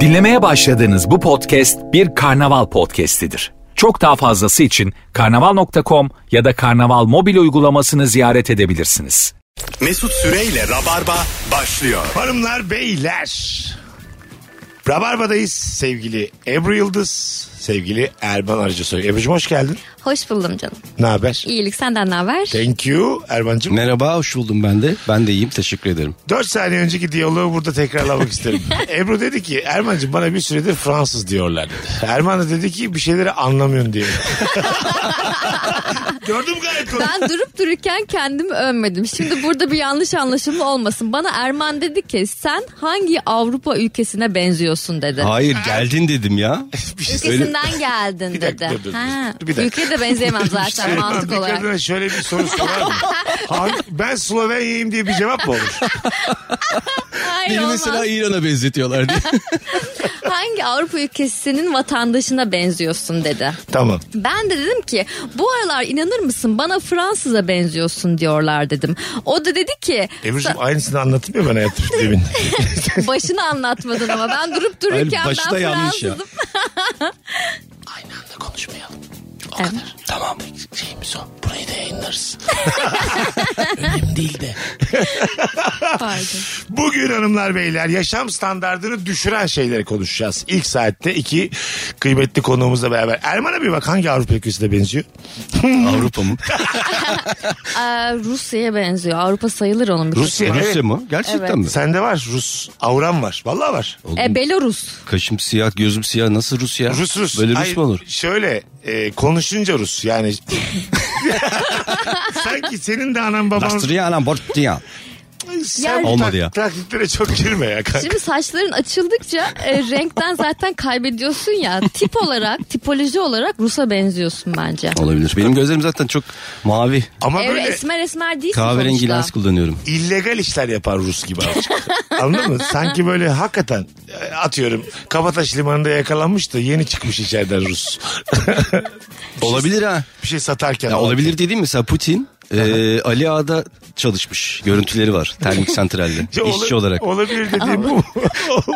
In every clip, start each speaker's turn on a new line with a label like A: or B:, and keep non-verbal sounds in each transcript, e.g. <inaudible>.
A: Dinlemeye başladığınız bu podcast bir karnaval podcastidir. Çok daha fazlası için karnaval.com ya da karnaval mobil uygulamasını ziyaret edebilirsiniz.
B: Mesut Süreyle Rabarba başlıyor.
C: Hanımlar beyler. Rabarba'dayız sevgili Ebru Yıldız, sevgili Erman Arıcısoy. Ebru'cum hoş geldin.
D: Hoş buldum canım.
C: Ne haber?
D: İyilik senden ne haber?
C: Thank you Erman'cığım.
E: Merhaba hoş buldum ben de. Ben de iyiyim teşekkür ederim.
C: 4 saniye önceki diyaloğu burada tekrarlamak
D: <laughs>
C: isterim. Ebru dedi ki Erman'cığım bana bir süredir Fransız diyorlar dedi. Erman da dedi ki bir şeyleri anlamıyorsun
D: <laughs>
C: diye. Gördüm gayet onu.
D: Ben durup dururken kendimi övmedim. Şimdi burada bir yanlış anlaşılma olmasın. Bana Erman dedi ki sen hangi Avrupa ülkesine benziyorsun dedi.
E: Hayır geldin dedim ya.
C: <laughs> Bir şey söyle-
D: Ülkesinden
C: <laughs>
D: geldin
C: Bir
D: dedi.
C: dakika, dur, dur, dur.
D: Ha,
C: Bir dakika.
D: Ülkeye de benzeyemem zaten
C: Erman <laughs> bir şey
D: mantık olarak.
C: kadına şöyle bir soru sorar mı? Hangi- ben Slovenya'yım diye bir cevap mı olur?
D: Hayır
E: Beni
D: olmaz.
E: mesela İran'a
D: <laughs>
E: benzetiyorlar diye.
D: Hangi Avrupa ülkesinin vatandaşına benziyorsun dedi.
C: tamam.
D: Ben de dedim ki bu aralar inanır mısın bana Fransız'a benziyorsun diyorlar dedim. O da dedi
C: <laughs>
D: ki
C: Ebru'cum aynısını anlattım ya ben hayatım demin.
D: başını anlatmadın ama ben durup dururken
E: Hayır, başta
D: ben
E: yanlış ya.
D: Fransızım.
C: <laughs> Aynı anda konuşmayalım.
D: Evet.
E: tamam.
C: Şeyimiz o. Burayı da <laughs> yayınlarız. Önemli değil de.
D: Pardon.
C: Bugün hanımlar beyler yaşam standartını düşüren şeyleri konuşacağız. İlk saatte iki kıymetli konuğumuzla beraber. Erman'a bir bak hangi Avrupa ülkesine benziyor? <laughs>
E: Avrupa mı?
D: Ee, Rusya'ya benziyor. Avrupa sayılır onun bir
C: Rusya.
D: kısmı.
E: Rusya mı?
D: Evet.
E: Gerçekten mi?
C: Sende var Rus avram var. Vallahi var.
D: E, Belarus.
E: Kaşım siyah, gözüm siyah. Nasıl Rus ya?
C: Rus Rus.
E: Böyle
C: Ay,
E: Rus mu olur?
C: Şöyle e, konuşunca Rus <laughs> yani. Sanki senin de anan baban.
E: Lastriya anam borçluya.
C: Sen
E: Olmadı
C: tak-
E: ya.
C: Taklitlere çok girme ya kanka.
D: Şimdi saçların açıldıkça e, renkten zaten kaybediyorsun ya. Tip olarak, tipoloji olarak Rus'a benziyorsun bence.
E: Olabilir. Benim gözlerim zaten çok mavi.
C: Ama
D: Evet,
C: böyle
D: esmer esmer değilsin
E: Kahverengi
D: sonuçta.
E: lens kullanıyorum.
C: illegal işler yapar Rus gibi azıcık. Anladın mı? Sanki böyle hakikaten e, atıyorum Kabataş limanında yakalanmış da yeni çıkmış içeriden Rus. <laughs>
E: Olabilir ha.
C: Bir şey satarken.
E: Ya olabilir dediğim mesela Putin e, Ali Ağa'da çalışmış. Görüntüleri var.
C: <laughs>
E: Termik santralde.
C: Ya ola-
E: İşçi olarak.
C: Olabilir dediğim bu.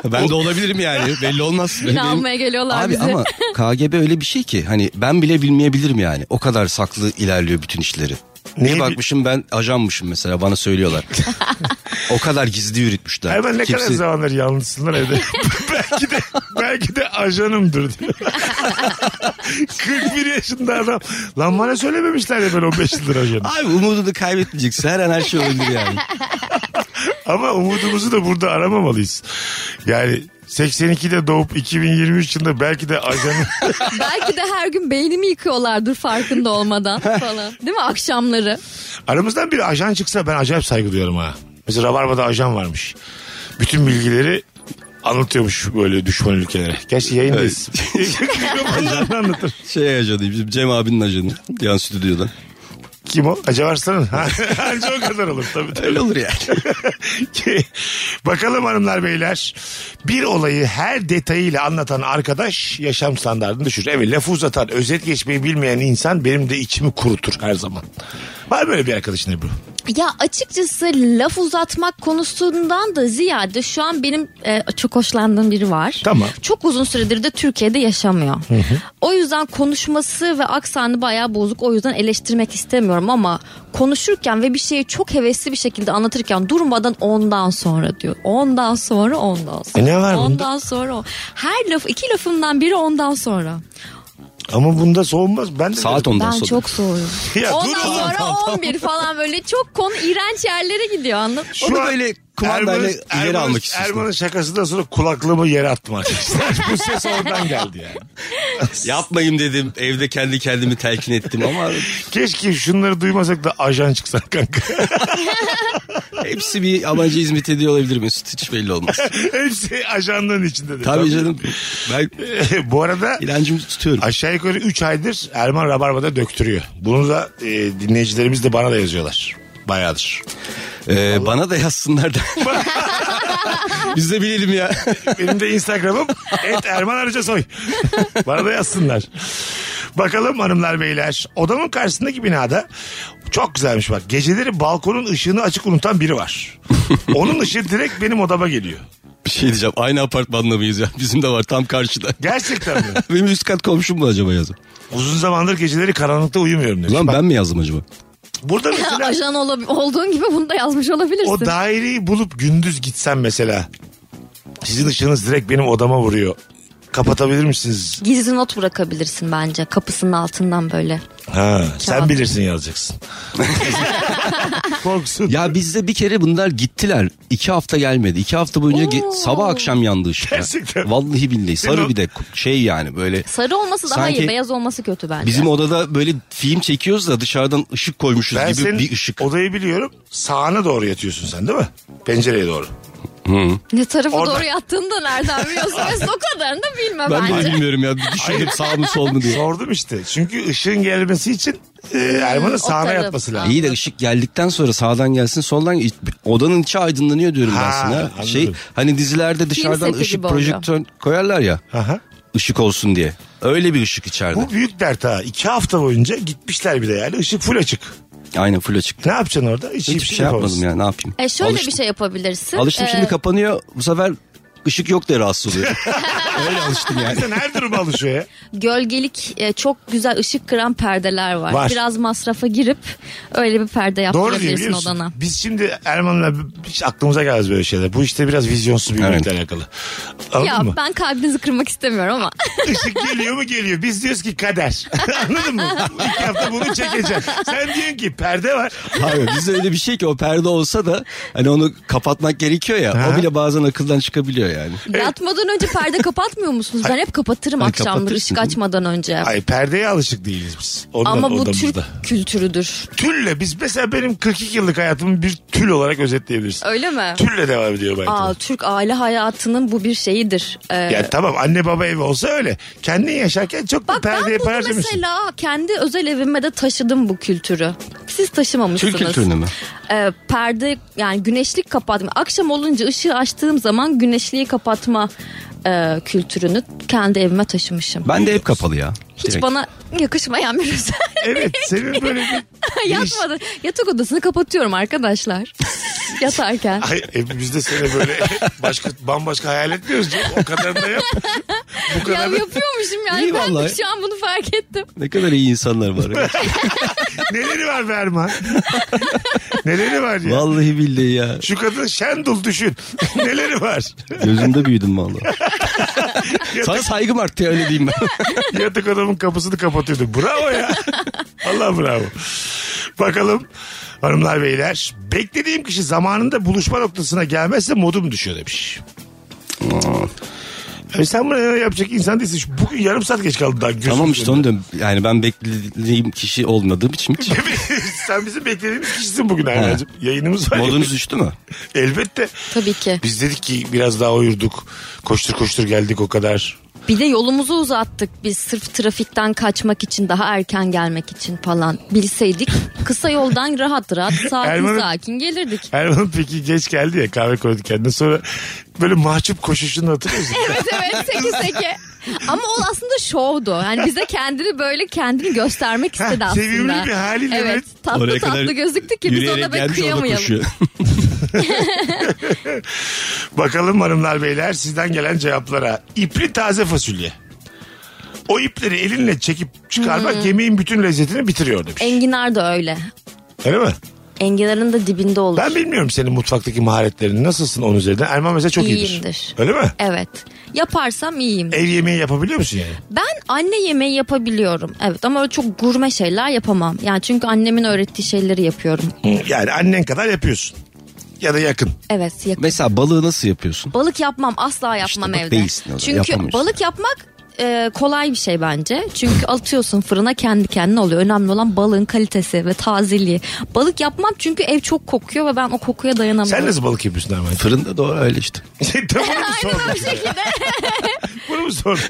C: <laughs>
E: Ben de olabilirim yani. Belli olmaz.
D: Yine almaya geliyorlar
E: Abi
D: bizi.
E: ama KGB öyle bir şey ki hani ben bile bilmeyebilirim yani. O kadar saklı ilerliyor bütün işleri.
C: Neyi
E: Bir bakmışım ben ajanmışım mesela
D: <laughs>
E: bana söylüyorlar. o kadar gizli yürütmüşler.
C: Erman ne kadar
E: Kimse-
C: zamanlar yalnızsınlar evde. belki de belki de ajanımdır diyor. 41 yaşında adam. Lan bana söylememişler ya ben 15 yıldır ajanım.
E: Abi umudunu kaybetmeyeceksin. Her an her şey olabilir
D: <laughs>
E: yani.
C: Ama umudumuzu da burada aramamalıyız. Yani 82'de doğup 2023 yılında belki de ajanım.
D: Belki de her gün beynimi yıkıyorlardır farkında olmadan falan. Değil mi akşamları?
C: Aramızdan bir ajan çıksa ben acayip saygı duyarım ha. Mesela Rabarba'da ajan varmış. Bütün bilgileri anlatıyormuş böyle düşman ülkelere. Gerçi yayındayız. <laughs> Ajanı anlatır.
E: Şey ajanı bizim Cem abinin ajanı. Yan stüdyodan.
C: Kim o? Acaba Arslan'ın. Ha, <laughs> Anca o kadar olur tabii tabii.
E: Öyle olur yani.
C: <laughs> Ki- Bakalım hanımlar beyler. Bir olayı her detayıyla anlatan arkadaş yaşam standartını düşürür. Evet lafı uzatan, özet geçmeyi bilmeyen insan benim de içimi kurutur her zaman. Var mı böyle bir arkadaşın Ebru?
D: Ya açıkçası laf uzatmak konusundan da ziyade şu an benim e, çok hoşlandığım biri var.
C: Tamam.
D: Çok uzun süredir de Türkiye'de yaşamıyor. O yüzden konuşması ve aksanı bayağı bozuk. O yüzden eleştirmek istemiyorum ama konuşurken ve bir şeyi çok hevesli bir şekilde anlatırken durmadan ondan sonra diyor. Ondan sonra ondan sonra.
C: E ne var bunda?
D: ondan sonra. o. Her laf iki lafımdan biri ondan sonra.
C: Ama bunda soğunmaz. Ben de
E: Saat ondan
D: ben
E: sonra.
D: çok soğuyorum.
C: Ya dur
D: ondan
C: lan.
D: sonra 11 falan böyle çok konu iğrenç yerlere gidiyor anladın mı?
E: Onu
C: an
E: böyle kumandayla
C: Erman'ın-
E: ileri
C: Erman'ın-
E: almak istiyorsun.
C: Erman'ın şakasından sonra kulaklığımı yere attım arkadaşlar. <laughs> Bu ses oradan geldi yani.
E: Yapmayayım dedim. Evde kendi kendimi telkin ettim ama
C: Keşke şunları duymasak da ajan çıksan kanka. <laughs>
E: hepsi bir amaca hizmet ediyor olabilir Mesut. Hiç belli olmaz.
C: Hepsi ajanlığın içinde.
E: Tabii canım. Ben
C: <laughs> Bu arada
E: ilancımı tutuyorum.
C: aşağı yukarı 3 aydır Erman Rabarba'da döktürüyor. Bunu da e, dinleyicilerimiz de bana da yazıyorlar. Bayağıdır.
E: Ee, bana da yazsınlar da. <laughs> Biz de bilelim ya.
C: Benim de Instagram'ım et Erman Arıcasoy. Bana da yazsınlar. Bakalım hanımlar beyler. Odamın karşısındaki binada çok güzelmiş bak. Geceleri balkonun ışığını açık unutan biri var. Onun ışığı direkt benim odama geliyor.
E: Bir şey diyeceğim. Aynı apartmanda mıyız ya? Bizim de var tam karşıda.
C: Gerçekten mi?
E: Benim üst kat komşum mu acaba yazın?
C: Uzun zamandır geceleri karanlıkta uyumuyorum demiş.
E: Ulan
C: Bak,
E: ben mi yazdım acaba?
C: Burada mesela
D: <laughs> Ajan olabi- olduğun gibi bunu da yazmış olabilirsin.
C: o daireyi bulup gündüz gitsem mesela. Sizin ışığınız direkt benim odama vuruyor. Kapatabilir misiniz?
D: Gizli not bırakabilirsin bence kapısının altından böyle.
C: Ha, sen
D: Kağıt.
C: bilirsin yazacaksın. Korksun.
E: Ya bizde bir kere bunlar gittiler. iki hafta gelmedi. İki hafta boyunca ge-
D: Oo.
E: sabah akşam yandı ışık. ya.
C: Gerçekten.
E: Vallahi billahi.
C: Sen o-
E: Sarı bir de şey yani böyle.
D: Sarı olması daha
E: Sanki
D: iyi beyaz olması kötü bence.
E: Bizim odada böyle film çekiyoruz da dışarıdan ışık koymuşuz
C: ben
E: gibi
C: senin
E: bir ışık.
C: odayı biliyorum. Sağına doğru yatıyorsun sen değil mi? Pencereye doğru.
D: ne tarafa
C: Orada-
D: doğru yattığını da nereden
E: <laughs>
D: biliyorsun? Mesela o kadarını da bilme
E: Ben de
D: bence.
E: bilmiyorum ya. Bir düşündüm sağ mı sol mu diye.
C: Sordum işte. Çünkü ışığın gelmesi için e, Erman'ın
D: o
C: sağına
D: taraf.
C: yatması
D: Ha.
C: lazım.
E: İyi de ışık geldikten sonra sağdan gelsin soldan gel- odanın içi aydınlanıyor diyorum
C: Ha,
E: ben sana.
C: anladım.
E: Şey hani dizilerde dışarıdan
D: seti
E: ışık
D: gibi oluyor.
E: projektör koyarlar ya
C: Aha.
E: ışık olsun diye. Öyle bir ışık içeride.
C: Bu büyük dert ha. İki hafta boyunca gitmişler bir de yani. Işık full açık.
E: Aynen full açık.
C: Ne yapacaksın orada? Hiç,
E: Hiçbir şey yapmadım
C: yapamazsın.
E: ya ne yapayım.
D: E şöyle
E: Alıştım.
D: bir şey yapabilirsin.
E: Alıştım
D: Ee,
E: şimdi kapanıyor bu sefer ışık yok diye
C: <laughs>
E: rahatsız oluyor. Öyle alıştım yani.
C: Sen her duruma alışıyor
D: <laughs>
C: ya.
D: Gölgelik e, çok güzel ışık kıran perdeler var.
C: Var.
D: Biraz masrafa girip öyle bir perde
C: Doğru diyor biliyor
D: yaptırabilirsin
C: musun?
D: odana.
C: Biz şimdi Erman'la hiç aklımıza gelmez böyle şeyler. Bu işte biraz vizyonsuz bir
E: Evet.
C: birlikle alakalı. Anladın
D: Ya
C: mı?
D: ben kalbinizi kırmak istemiyorum ama
C: Işık geliyor mu geliyor. Biz diyoruz ki kader. <laughs> Anladın mı? İki hafta bunu çekeceğiz. Sen diyorsun ki perde var.
E: Abi bizde öyle bir şey ki o perde olsa da hani onu kapatmak gerekiyor ya.
C: Ha.
E: O bile bazen akıldan çıkabiliyor yani.
D: yatmadan önce perde kapatmıyor musunuz? Ben hep kapatırım
E: Ay,
D: akşamları
E: kapatırsın.
D: ışık açmadan önce.
C: Ay perdeye alışık değiliz biz. Ondan
D: ama bu
C: odamızda.
D: Türk kültürüdür.
C: Tülle biz mesela benim 42 yıllık hayatımı bir tül olarak özetleyebilirsin.
D: Öyle mi?
C: Tülle devam ediyor belki.
D: Aa, Türk aile hayatının bu bir şeyidir. Ee,
C: Ya tamam anne baba evi olsa öyle. Kendin yaşarken çok da
D: bak ben
C: perdeye
D: bunu
C: para harcamıyorsun.
D: mesela kendi özel evime de taşıdım bu kültürü. Siz taşımamışsınız.
E: Türk kültürünü mü?
D: Ee, perde yani güneşlik kapatma. Akşam olunca ışığı açtığım zaman güneşliği kapatma e, kültürünü kendi evime taşımışım.
E: Ben de hep kapalı ya.
D: Hiç
E: Direkt.
D: bana yakışmayan bir özel. <laughs>
C: Evet senin böyle bir...
D: Yatmadan yatak odasını kapatıyorum arkadaşlar.
E: <laughs>
D: Yatarken.
E: Ah,
C: Ay, e, biz de seni
D: <laughs>
C: böyle başka bambaşka hayal etmiyoruz canım. O kadarını da yap. Bu
D: Ya
C: kadar da-
D: yapıyormuşum yani.
E: İyi
D: ben de
E: vallahi.
D: şu an bunu fark ettim.
E: Ne kadar iyi insanlar var. ya.
C: Neleri var
D: <laughs>
C: Berman? Neleri var ya?
E: Vallahi billahi ya.
C: Şu kadın Şendul düşün. <laughs> Neleri var?
E: Gözümde büyüdüm <laughs> vallahi. Sana
C: Yatak,
E: saygım arttı ya öyle <laughs> diyeyim
C: <laughs>
E: ben.
C: yatak adamın kapısını kapatıyordu. Bravo ya. Allah bravo. Bakalım hanımlar beyler. Beklediğim kişi zamanında buluşma noktasına gelmezse modum düşüyor demiş. E sen bunu yapacak insan değilsin. Şu- Bugün yarım saat geç kaldın daha. gözümün
E: tamam işte
C: önünde.
E: onu diyorum. Yani ben beklediğim kişi olmadığım için hiç.
C: <laughs> Sen bizim beklediğimiz kişisin bugün Erman'cığım. Yayınımız var. ya.
E: Modunuz düştü mü?
C: Elbette.
D: Tabii ki.
C: Biz dedik ki biraz daha uyurduk. Koştur koştur geldik o kadar.
D: Bir de yolumuzu uzattık biz sırf trafikten kaçmak için daha erken gelmek için falan bilseydik kısa yoldan rahat rahat sakin
C: Erman'ın- <laughs>
D: sakin gelirdik.
C: Erman peki geç geldi ya kahve koydu kendine. Sonra böyle mahcup koşuşunu hatırlıyor musun?
D: Evet evet seke seke. Ama o aslında şovdu. Yani bize kendini böyle kendini göstermek istedi
C: Ha,
D: aslında.
C: sevimli bir haliyle
D: Evet
C: evet.
D: tatlı tatlı gözüktü ki biz
E: yürüyerek
D: ona böyle
E: gelmiş, orada
D: kıyamayalım.
E: koşuyor.
C: Bakalım hanımlar beyler sizden gelen cevaplara. İpli taze fasulye. O ipleri elinle çekip çıkarmak yemeğin bütün lezzetini bitiriyor demiş.
D: Enginar da öyle.
C: Öyle mi?
D: Enginar'ın da dibinde olur.
C: Ben bilmiyorum senin mutfaktaki maharetlerini. Nasılsın onun üzerinden? Erman mesela çok iyidir.
D: İyiyimdir.
C: Öyle mi?
D: Evet. Yaparsam iyiyim.
C: Ev yemeği yapabiliyor musun yani?
D: Ben anne yemeği yapabiliyorum. Evet ama öyle çok gurme şeyler yapamam. Yani çünkü annemin öğrettiği şeyleri yapıyorum.
C: Yani annen kadar yapıyorsun. Ya da yakın.
D: Evet. yak-
E: <laughs> Mesela balığı nasıl yapıyorsun?
D: balık yapmam asla yapmam
E: bak
D: evde.
E: değilsin o zaman,
D: çünkü
E: yapamıyorsun.
D: balık yapmak e, kolay bir şey bence. Çünkü atıyorsun fırına kendi kendine oluyor. Önemli olan balığın kalitesi ve tazeliği. Balık yapmam çünkü ev çok kokuyor ve ben o kokuya dayanamıyorum.
C: Sen
D: <laughs>
C: nasıl balık yapıyorsun Erman? <laughs>
E: Fırında doğru öyle işte.
C: Tam bunu mu sordun? bunu mu
D: <laughs>
C: sordun?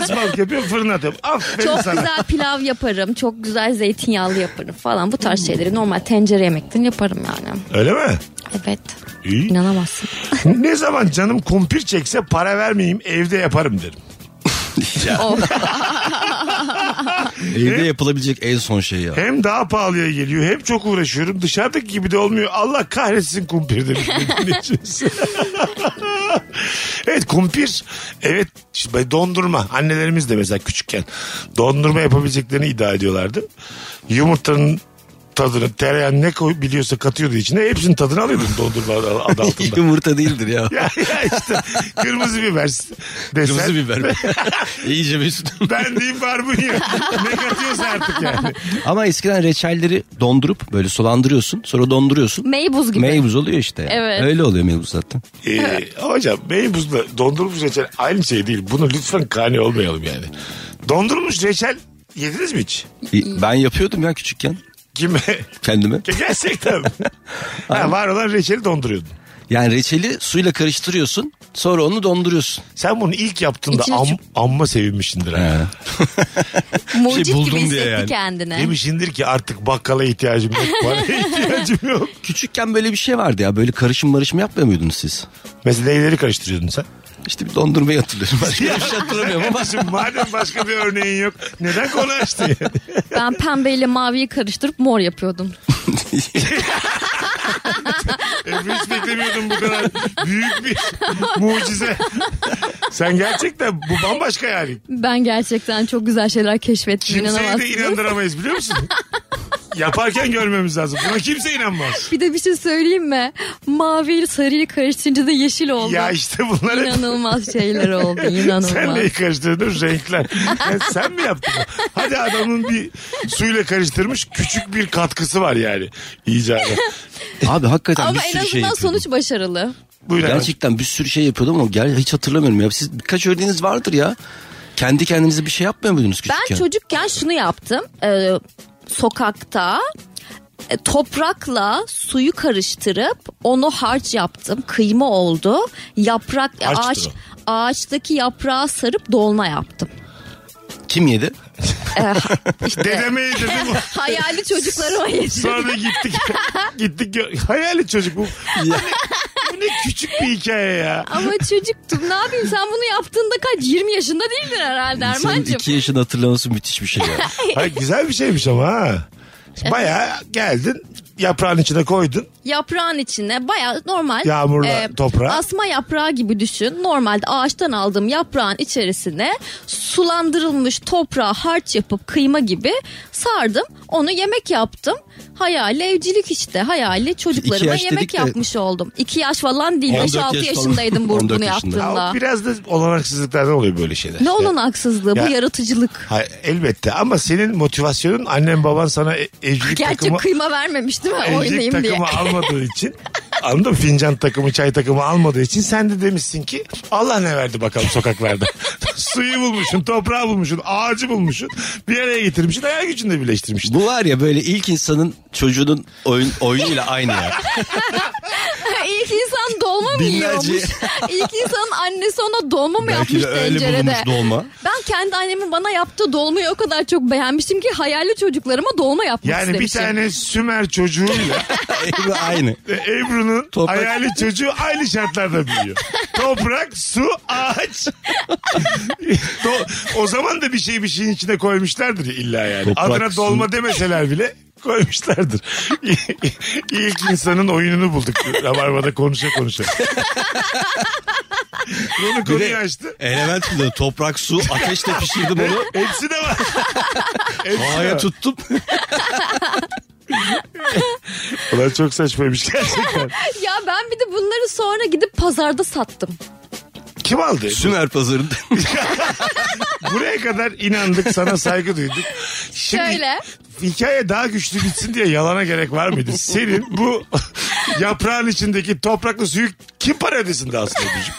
C: nasıl balık yapıyorum fırına atıyorum. Aferin
D: Çok
C: sana.
D: güzel pilav yaparım. Çok güzel zeytinyağlı yaparım falan. Bu tarz şeyleri normal tencere yemekten yaparım yani.
C: Öyle mi?
D: Evet.
C: İyi.
D: İnanamazsın.
C: ne zaman canım kumpir çekse para vermeyeyim evde yaparım derim.
E: <laughs> Ya,
D: Of.
E: Evde yapılabilecek en son şey ya.
C: Hem daha pahalıya geliyor hem çok uğraşıyorum. Dışarıdaki gibi de olmuyor. Allah kahretsin kumpir
E: <laughs>
C: demiş bir dinleyicimiz. <laughs> evet kumpir. Evet işte dondurma. Annelerimiz de mesela küçükken dondurma yapabileceklerini iddia ediyorlardı. Yumurtanın tadını tereyağını ne koy, biliyorsa katıyordu içine. Hepsinin tadını alıyordum dondurma
E: <laughs>
C: adı altında.
E: Yumurta değildir <laughs> ya.
C: ya, ya işte kırmızı biber desen.
E: Kırmızı biber mi? İyice Mesut.
C: <laughs> Ben diyeyim barbunya. ne katıyorsa artık yani.
E: <laughs> Ama eskiden reçelleri dondurup böyle sulandırıyorsun. Sonra donduruyorsun.
D: Meybuz gibi.
E: Meybuz oluyor işte.
D: Evet.
E: Öyle oluyor meybuz zaten.
C: Ee, hocam meybuzla dondurulmuş reçel aynı şey değil. Bunu lütfen kani olmayalım yani. Dondurulmuş reçel yediniz mi hiç?
E: Ben yapıyordum ya küçükken
C: <laughs> Kime?
E: kendime.
C: Gerçekten. mi? ha, var olan reçeli donduruyordun.
E: Yani reçeli suyla karıştırıyorsun. Sonra onu donduruyorsun.
C: Sen bunu ilk yaptığında
D: İçine
C: am-
D: çok-
C: amma sevinmişsindir. Ha.
D: Mucit
E: Şey buldum
D: gibi
E: diye
D: hissetti
E: yani.
D: kendini.
C: Demişindir ki artık bakkala ihtiyacım yok.
E: <laughs>
C: Bana ihtiyacım yok.
E: Küçükken böyle bir şey vardı ya. Böyle karışım marışım yapmıyor muydunuz siz?
C: Mesela neyleri karıştırıyordun sen?
E: İşte bir dondurmayı <laughs> hatırlıyorum. Başka bir şey hatırlamıyorum ama.
C: Şimdi madem başka bir örneğin yok neden konu açtın
E: <laughs>
C: yani?
D: Ben pembeyle maviyi karıştırıp mor yapıyordum.
E: şey. <laughs>
C: Ebru hiç beklemiyordum bu kadar büyük bir mucize. Sen gerçekten bu bambaşka yani.
D: Ben gerçekten çok güzel şeyler keşfettim.
C: Kimseyi de
D: inanamazsınız.
C: inandıramayız biliyor musun? Yaparken görmemiz lazım. Buna kimse inanmaz.
D: Bir de bir şey söyleyeyim mi? Mavi ile sarıyı karıştırınca da yeşil oldu.
C: Ya işte bunlar hep
D: İnanılmaz şeyler oldu. inanılmaz.
C: sen neyi karıştırdın? Renkler. Ya sen mi yaptın? bunu? Hadi adamın bir suyla karıştırmış küçük bir katkısı var yani icada.
E: Abi hakikaten bir
D: Ama en
E: sürü şey
D: azından
E: yapıyordum.
D: sonuç başarılı.
C: Buyurun. efendim.
E: Gerçekten bir sürü şey yapıyordum ama gel hiç hatırlamıyorum ya. Siz birkaç örneğiniz vardır ya. Kendi kendinize bir şey yapmıyor muydunuz
D: Ben
E: küçükken?
D: çocukken şunu yaptım. Ee, sokakta e, toprakla suyu karıştırıp onu harç yaptım. Kıyma oldu. Yaprak e,
C: Harçtır
D: ağaç
C: o.
D: ağaçtaki yaprağı sarıp dolma yaptım. <laughs> Ee,
E: Kim yedi?
C: Dedeme yedirdi bu.
D: Hayali çocuklarıma yedirdim.
C: Sonra da gittik. gittik. gö- Hayali çocuk bu. Bu ne, bu ne küçük bir hikaye ya.
D: Ama çocuktum ne yapayım sen bunu yaptığında kaç 20 yaşında değildin herhalde
E: Senin
D: Erman'cığım.
E: iki yaşını hatırlaması müthiş bir şey ya.
C: Hayır, güzel bir şeymiş ama ha. Baya geldin yaprağın içine koydun.
D: Yaprağın içine bayağı normal. e,
C: Yağmurla toprağa.
D: Asma yaprağı gibi düşün. Normalde ağaçtan aldığım yaprağın içerisine sulandırılmış toprağa harç yapıp kıyma gibi sardım. Onu yemek yaptım. Hayali evcilik işte. Hayali
E: İki
D: çocuklarıma
E: yaş
D: yemek
E: dedik de-
D: yapmış oldum. 2 yaş falan değil.
E: 14
D: 5-6
E: yaş falan.
D: yaşındaydım bu-
E: 14
D: bunu
E: yaşında.
C: Ya o
D: yaptığımda.
C: biraz da olanaksızlıklardan oluyor böyle şeyler.
D: Ne olan haksızlığı bu
C: Ya-
D: yaratıcılık.
C: Hayır, elbette ama senin motivasyonun annen baban sana e- evcilik
D: Gerçi
C: takımı,
D: kıyma vermemiş değil mi?
C: evcilik
D: Oynayayım <laughs> diye.
C: takımı almadığı için anladın mı? Fincan takımı çay takımı almadığı için sen de demişsin ki Allah ne verdi bakalım sokaklarda. <laughs> Suyu bulmuşsun toprağı bulmuşsun ağacı bulmuşsun bir araya getirmişsin hayal gücünle birleştirmişsin.
E: <laughs> Bu var ya böyle ilk insanın çocuğunun oyun, oyunuyla aynı ya.
D: <laughs> İlk insan dolma mı
E: Binlerce-
D: yiyormuş? İlk insanın annesi ona dolma mı
E: Belki
D: yapmış
E: de öyle
D: tencerede?
E: bulunmuş dolma. <laughs>
D: Ben kendi annemin bana yaptığı dolmayı o kadar çok beğenmiştim ki hayali çocuklarıma dolma yapmak
C: Yani bir
D: istemişim.
C: tane Sümer çocuğuyla
E: Ebru aynı.
C: E, Ebru'nun
E: Toprak-
C: hayali çocuğu aynı şartlarda büyüyor. Toprak, su, ağaç. Do- o zaman da bir şey bir şeyin içine koymuşlardır ya illa yani.
E: Toprak,
C: Adına
E: su.
C: dolma demeseler bile koymuşlardır. İlk insanın oyununu bulduk. Rabarba'da konuşa konuşa. Bunu konuyu açtı.
E: Element kullanıyor. Toprak, su, ateşle pişirdim onu.
C: Hepsi de var. Hepsi de
E: Havaya
C: var. <laughs>
E: tuttum.
C: Ulan çok saçmaymış gerçekten.
D: <laughs> Ya ben bir de bunları sonra gidip pazarda sattım.
C: Kim aldı?
E: Sümer <laughs> pazarında.
C: <laughs> Buraya kadar inandık sana saygı duyduk. Şimdi
D: Şöyle.
C: Hikaye daha güçlü bitsin diye yalana gerek var mıydı? Senin
D: <laughs>
C: bu yaprağın içindeki topraklı suyu kim para ödesin de aslında çocuk?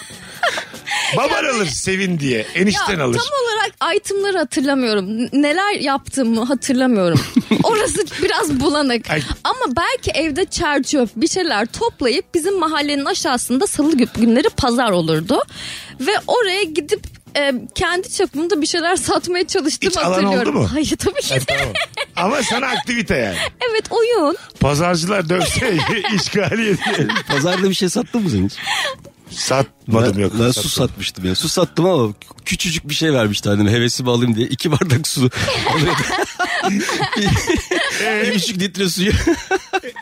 C: Baban alır sevin diye.
D: Ya
C: Enişten alır.
D: tam olarak itemları hatırlamıyorum. N- Neler yaptığımı
C: <laughs>
D: hatırlamıyorum. Orası biraz bulanık.
C: Ay.
D: Ama belki evde çer çöp bir şeyler toplayıp bizim mahallenin aşağısında salı gü- günleri pazar olurdu. Ve oraya gidip e, kendi çapımda bir şeyler satmaya çalıştım
C: Hiç alan
D: hatırlıyorum.
C: oldu mu?
D: Hayır tabii ki de.
C: Tamam. Ama sana aktivite yani.
D: evet oyun.
C: <laughs> Pazarcılar dövse işgaliye diye.
E: Pazarda bir şey sattın mı sen hiç?
C: Satmadım yok.
E: Ben, ben su satmıştım ya. Su sattım ama küçücük bir şey vermişti annem hevesimi alayım diye. iki
C: <laughs>
E: bardak su alıyordum. bir, bir buçuk
C: <laughs>
E: litre suyu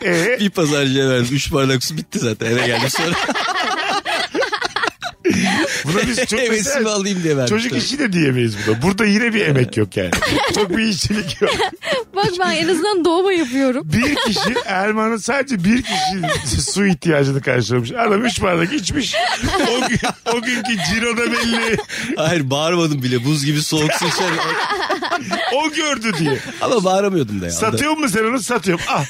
C: Ee,
E: <laughs> bir pazarcıya verdim. Üç bardak su bitti zaten eve geldim sonra.
C: buna <laughs> biz çok
E: hevesimi
C: mesela,
E: alayım Ee. diye vermişler.
C: çocuk işi de diyemeyiz buna. Burada yine bir emek yok yani. çok bir işçilik yok.
D: Bak ben en azından doğma yapıyorum.
C: Bir kişi Erman'ın sadece bir kişi su ihtiyacını karşılamış. Adam üç bardak içmiş. O, gün, o günkü ciro da belli.
E: Hayır bağırmadım bile. Buz
C: <laughs>
E: gibi soğuk su içer.
C: O gördü diye.
E: Ama bağıramıyordum da ya.
C: Satıyor musun sen onu? Satıyorum. Ah.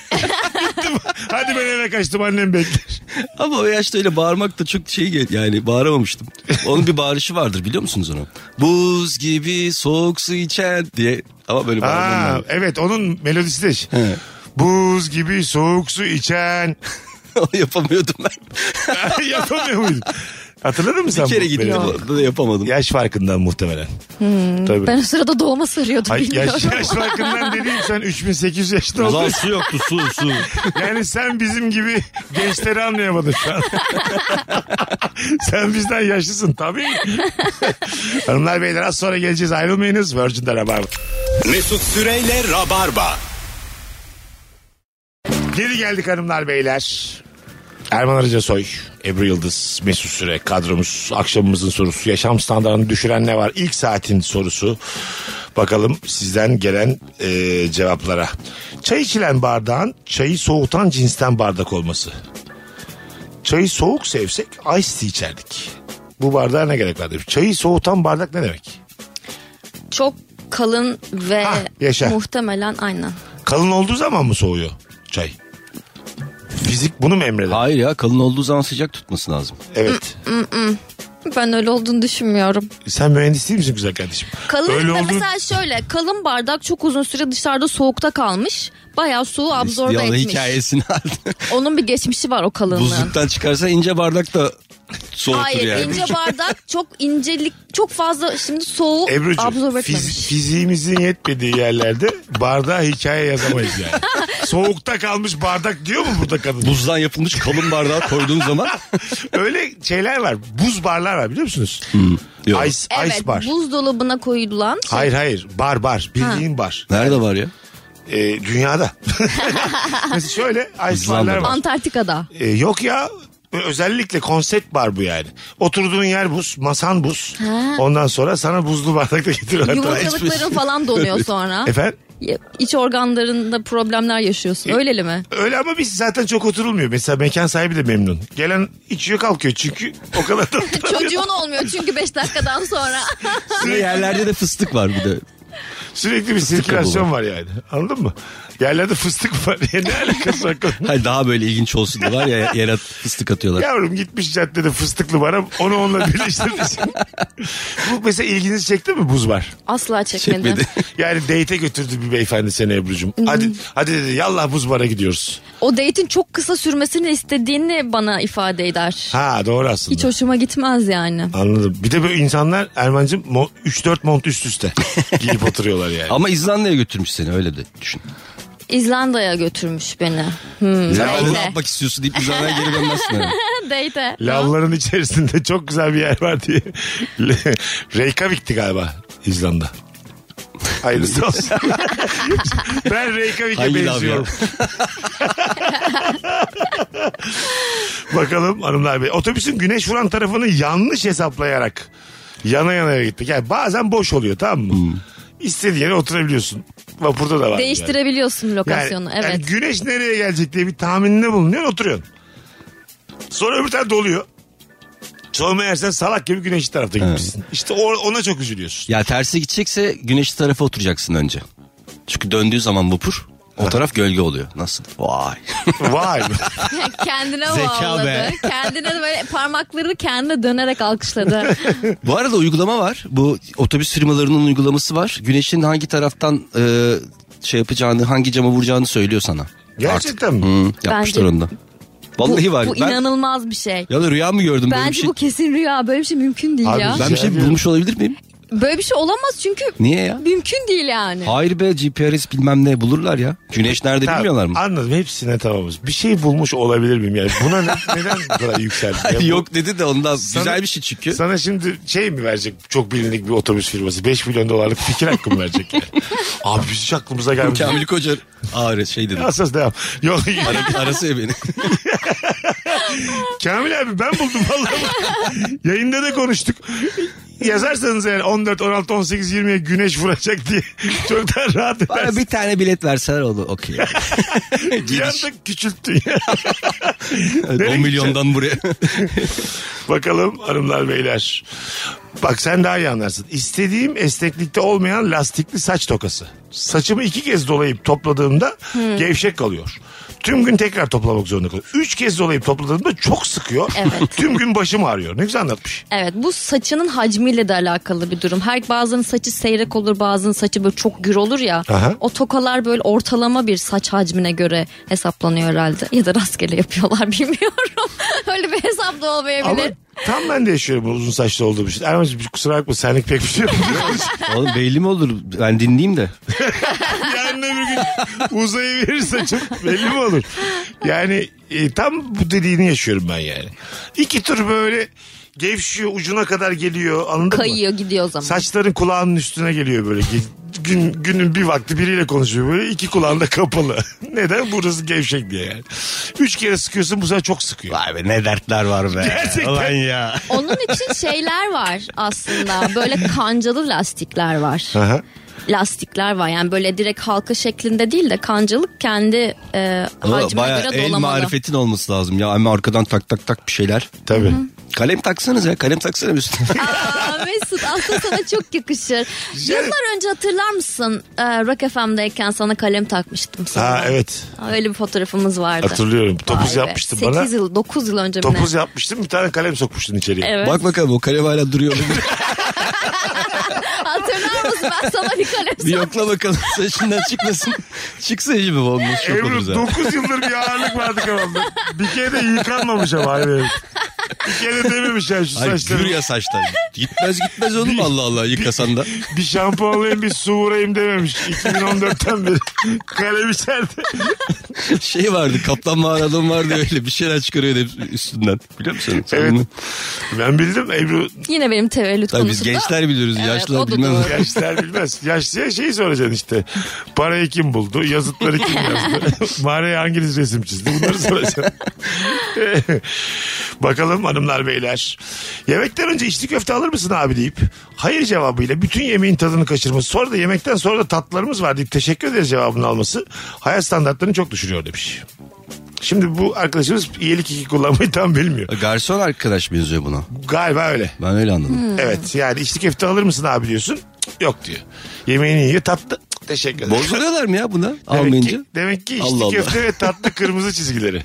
C: Gittim. Hadi ben eve kaçtım annem bekler.
E: Ama o yaşta öyle bağırmak da çok şey gel- yani bağıramamıştım. Onun bir bağırışı vardır biliyor musunuz onu? Buz gibi soğuk su içen diye. Ama böyle bağırmam
C: Aa,
E: lazım.
C: evet onun melodisi de. şey.
E: He.
C: Buz gibi soğuk su içen. <laughs>
E: <laughs> Onu yapamıyordum ben.
C: Yapamıyor muydum? Hatırladın mı sen?
E: Bir kere
C: bu
E: gittim
C: melodiyi?
E: orada da yapamadım.
C: Yaş farkından muhtemelen. Tabii.
D: Ben o sırada doğma sarıyordum
C: Ay, yaş,
D: bilmiyorum.
C: yaş farkından dediğim sen 3800 yaşında
E: O
C: oldun.
E: zaman su yoktu su su.
C: <laughs> Yani sen bizim gibi gençleri anlayamadın şu an. <laughs> sen bizden yaşlısın tabii. <laughs> Hanımlar beyler az sonra geleceğiz ayrılmayınız. Virgin'de Rabarba.
B: Mesut Süreyle Rabarba.
C: Geri geldik hanımlar beyler. Erman Arıca Soy, Ebru Yıldız, Mesut Süre kadromuz. Akşamımızın sorusu yaşam standartını düşüren ne var? İlk saatin sorusu. Bakalım sizden gelen e, cevaplara. Çay içilen bardağın çayı soğutan cinsten bardak olması. Çayı soğuk sevsek ice tea içerdik. Bu bardağa ne gerek var demiş. Çayı soğutan bardak ne demek?
D: Çok kalın ve
C: Hah, yaşa.
D: muhtemelen aynen.
C: Kalın olduğu zaman mı soğuyor çay? Fizik bunu mu emreder?
E: <laughs> Hayır ya kalın olduğu zaman sıcak tutması lazım.
C: Evet.
D: Ben öyle olduğunu düşünmüyorum.
C: Sen mühendis değil misin güzel kardeşim?
D: Kalın
C: Öyle
D: da
C: olduğunu-
D: mesela şöyle kalın bardak çok uzun süre dışarıda soğukta kalmış. Bayağı suğu absorbe
E: Yalan
D: etmiş.
E: hikayesini
D: <laughs>
E: aldı.
D: Onun bir geçmişi var o kalınlığın.
E: Buzluktan çıkarsa ince bardak da soğuktur
D: Hayır
E: yani.
D: ince bardak çok incelik çok fazla şimdi soğuğu
C: Ebru'cum fiz-
D: absorbe etmemiş.
C: fiziğimizin yetmediği yerlerde bardağa hikaye yazamayız
D: <laughs>
C: yani. Soğukta kalmış bardak diyor mu burada kadın?
E: <laughs> Buzdan yapılmış kalın bardağı koyduğun <laughs> zaman.
C: Öyle şeyler var. Buz barlar var biliyor musunuz?
E: Yok.
C: Ice,
D: evet
C: ice bar.
D: buzdolabına koyulan şey-
C: Hayır hayır bar bar bildiğin bar
E: Nerede var ya?
C: Ee,
D: <laughs>
C: dünyada. Mesela şöyle ice
E: İzlanda'da.
C: barlar var.
D: Antarktika'da.
C: Ee, yok ya özellikle konsept bar bu yani. Oturduğun yer buz, masan buz.
D: Ha.
C: Ondan sonra sana buzlu bardak da getiriyorlar.
D: Yumurtalıkların
C: şey.
D: falan donuyor sonra.
C: Efendim?
D: Ya, İç organlarında problemler
C: E,
D: yaşıyorsun. Öyleli mi?
C: Öyle ama biz zaten çok oturulmuyor. Mesela mekan sahibi de memnun. Gelen içiyor kalkıyor çünkü o kadar da
D: Çocuğun olmuyor çünkü 5
C: <laughs>
D: dakikadan sonra.
E: Böyle yerlerde de fıstık var bir de.
C: sürekli bir sirkülasyon var yani. Anladın mı? Yerlerde fıstık var. <laughs> Ya ne alakası var konunun?
E: Hayır daha böyle ilginç olsun diye var ya yere fıstık atıyorlar.
C: Yavrum gitmiş caddede fıstıklı bara onu onunla birleştirmişsin. Bu mesela ilginizi çekti mi buz var?
D: Asla çekmedi.
E: Çekmedi.
C: Yani date'e götürdü bir beyefendi seni Ebru'cum. Hadi, hadi dedi yallah buz bara gidiyoruz.
D: O date'in çok kısa sürmesini istediğini bana ifade eder.
C: Ha doğru aslında.
D: Hiç hoşuma gitmez yani.
C: Anladım. Bir de böyle insanlar Erman'cığım mo- 3-4 mont üst üste giyip oturuyorlar yani.
E: Ama İzlanda'ya götürmüş seni öyle de düşün.
D: İzlanda'ya götürmüş beni. Hmm.
E: Sen ne
D: Date.
E: yapmak istiyorsun deyip İzlanda'ya geri dönmezsin. herhalde.
D: <laughs> Date.
C: Lavların içerisinde çok güzel bir yer var diye. <laughs> Le- Reykjavik'ti galiba İzlanda. Hayırlısı olsun. <laughs> ben Reykjavik'e
E: Hangi lav
C: benziyorum. Bakalım hanımlar bey. Otobüsün güneş vuran tarafını yanlış hesaplayarak yana yana eve gittik. Yani bazen boş oluyor tamam mı? İstediğin yere oturabiliyorsun. Vapurda da var. yani.
D: Değiştirebiliyorsun lokasyonu.
C: Yani-
D: evet.
C: yani güneş nereye gelecek diye bir tahmininde bulunuyorsun oturuyorsun. Sonra öbür taraf doluyor. Sonra meğerse salak gibi güneşli tarafta gitmişsin. İşte o- ona çok
E: <laughs>
C: üzülüyorsun.
E: Ya tersi gidecekse güneşli tarafa oturacaksın önce. Çünkü döndüğü zaman vapur o taraf gölge oluyor. Nasıl? Vay.
C: Vay be.
D: <laughs> Kendine
E: Zeka
D: bağladı.
E: <laughs> be.
D: Kendine de böyle parmakları kendine dönerek
E: <laughs>
D: alkışladı.
E: Bu arada uygulama var. Bu otobüs firmalarının uygulaması var. Güneşin hangi taraftan e, şey yapacağını, hangi cama vuracağını söylüyor sana.
C: Gerçekten mi?
E: Hı, yapmışlar
D: Bence-
E: onda. Vallahi
D: bu
E: var.
D: bu
E: ben,
D: inanılmaz bir şey.
E: ya da rüya mı gördüm böyle bir
D: Bence
E: şey?
D: bu kesin rüya. Böyle bir şey mümkün değil
C: Abi
D: ya.
C: güzel.
E: Ben bir şey bulmuş olabilir miyim?
D: Böyle bir şey olamaz çünkü
E: Niye ya?
D: mümkün değil yani.
E: Hayır be GPRS bilmem ne bulurlar ya. Güneş nerede
C: Tamam,
E: bilmiyorlar mı?
C: Anladım hepsine tamamız. Bir şey bulmuş olabilir miyim yani? Buna
E: <laughs>
C: ne- neden bu kadar yükseldi? ya? Bu-
E: Yok dedi de ondan
C: Sana-
E: güzel bir şey çünkü.
C: Sana şimdi şey mi verecek çok bilindik bir otobüs firması 5 milyon dolarlık fikir hakkı mı verecek? yani?
E: <laughs>
C: Abi biz hiç aklımıza gelmedi.
E: Kamil Koca ağrı şey dedi.
C: Asas devam. Yok
E: Ara- arası ya beni.
C: Kamil abi ben buldum vallahi. Yayında da konuştuk. Yazarsanız yani 14, 16, 18, 20'ye güneş vuracak diye <laughs> çok daha rahat
E: <laughs> Bana
C: edersin.
E: bir tane bilet verseler olur okey.
C: Bir anda küçülttün ya.
E: 10 milyondan buraya.
C: Bakalım hanımlar beyler. Bak sen daha iyi anlarsın. İstediğim esneklikte olmayan lastikli saç tokası. Saçımı iki kez dolayıp topladığımda
E: Hmm.
C: gevşek kalıyor. Tüm gün tekrar toplamak zorunda kalıyorum. Üç kez dolayıp topladığımda çok sıkıyor.
D: Evet.
C: Tüm gün başım ağrıyor. Ne güzel anlatmış.
D: Evet bu saçının hacmiyle de alakalı bir durum. Her bazının saçı seyrek olur bazının saçı böyle çok gür olur ya.
C: Aha.
D: O tokalar böyle ortalama bir saç hacmine göre hesaplanıyor herhalde. Ya da rastgele yapıyorlar <laughs> bilmiyorum. Öyle bir hesap da
C: Ama
D: olmayabilir.
C: tam ben de yaşıyorum bu uzun saçlı olduğum için. Erman'cığım kusura bakma senlik pek bir şey yok.
E: <laughs>
C: <laughs>
E: Oğlum belli mi olur? Ben dinleyeyim de.
C: Yarın öbür gün uzayı verir saçım belli mi olur? Yani e, tam bu dediğini yaşıyorum ben yani. İki tur böyle gevşiyor ucuna kadar geliyor anladın
D: Kayıyor
C: mı?
D: gidiyor o zaman.
C: Saçların kulağının üstüne geliyor böyle. Ge- Gün, günün bir vakti biriyle konuşuyor böyle iki kulağında kapalı. <laughs> Neden? Burası gevşek diye yani. Üç kere sıkıyorsun bu sefer çok sıkıyor.
E: Vay be ne dertler var be.
C: Gerçekten.
E: Ulan ya.
D: Onun için şeyler var aslında. Böyle kancalı lastikler var.
C: Aha.
D: Lastikler var. Yani böyle direkt halka şeklinde değil de kancalık kendi e,
E: Ama
D: hacmine
E: Baya
D: göre
E: el
D: dolamalı.
E: marifetin olması lazım ya. Ama arkadan tak tak tak bir şeyler.
C: Tabii.
E: Kalem taksanız ya. Kalem taksana üstüne. <laughs>
D: Aa, Mesut aslında sana çok yakışır. Yıllar önce hatırlar mısın? Ee, Rock FM'deyken sana kalem takmıştım sana.
C: Ha evet
D: Öyle bir fotoğrafımız vardı.
C: hatırlıyorum. Topuz yapmıştın
D: yapmıştım
C: bana.
D: 8 yıl 9 yıl önce mi ne?
C: Topuz yapmıştın bir tane kalem sokmuştun içeriye.
D: Evet.
E: Bak bakalım o kalem hala duruyor mu? <laughs>
D: Hatırlar mısın? Ben sana bir
C: <laughs>
D: kalem
E: bir yokla bakalım saçından çıkmasın. Çıksa iyi mi? Olmuş çok olur
C: Ebru
E: güzel.
C: 9 yıldır bir ağırlık vardı kafamda. Bir kere de yıkanmamış ama abi. Bir kere de dememiş yani şu
E: Ay
C: saçları.
E: gür ya saçtan. Gitmez gitmez oğlum Allah Allah yıkasan da.
C: Bir şampuanlayayım bir su vurayım dememiş. 2014'ten beri kalem içeride.
E: Şey vardı kaptan mağaradan vardı öyle bir şeyler çıkarıyordu hep üstünden. Biliyor musun? Sen
C: Evet.
E: bunu-
C: Ben bildim Ebru
D: Yine benim tevellüt
E: Tabii biz
D: konusunda.
E: gençler biliyoruz
D: Evet,
E: yaşlılar
D: o da
E: bilmez.
D: doğru.
C: yaşlılar bilmez. Yaşlıya şeyi soracaksın işte. Parayı kim buldu? Yazıtları kim yazdı? Mağaraya hanginiz resim çizdi? Bunları soracaksın. <laughs> Bakalım hanımlar beyler. Yemekten önce içli köfte alır mısın abi deyip hayır cevabıyla bütün yemeğin tadını kaçırması. Sonra da yemekten sonra da tatlılarımız var deyip teşekkür ederiz cevabını alması hayat standartlarını çok düşürüyor demiş. Şimdi bu arkadaşımız iyilik iki kullanmayı tam bilmiyor.
E: Garson arkadaş benziyor buna.
C: Galiba öyle.
E: Ben öyle anladım.
D: Hmm.
C: Evet yani içli köfte alır mısın abi diyorsun. Cık, Yok diyor. Yemeğini yiyor tatlı. Cık, Teşekkür ederim.
E: Bozuluyorlar mı ya buna
C: Demek
E: almayınca?
C: ki, demek ki içli
E: Allah Allah.
C: köfte ve tatlı kırmızı
E: <laughs>
C: çizgileri.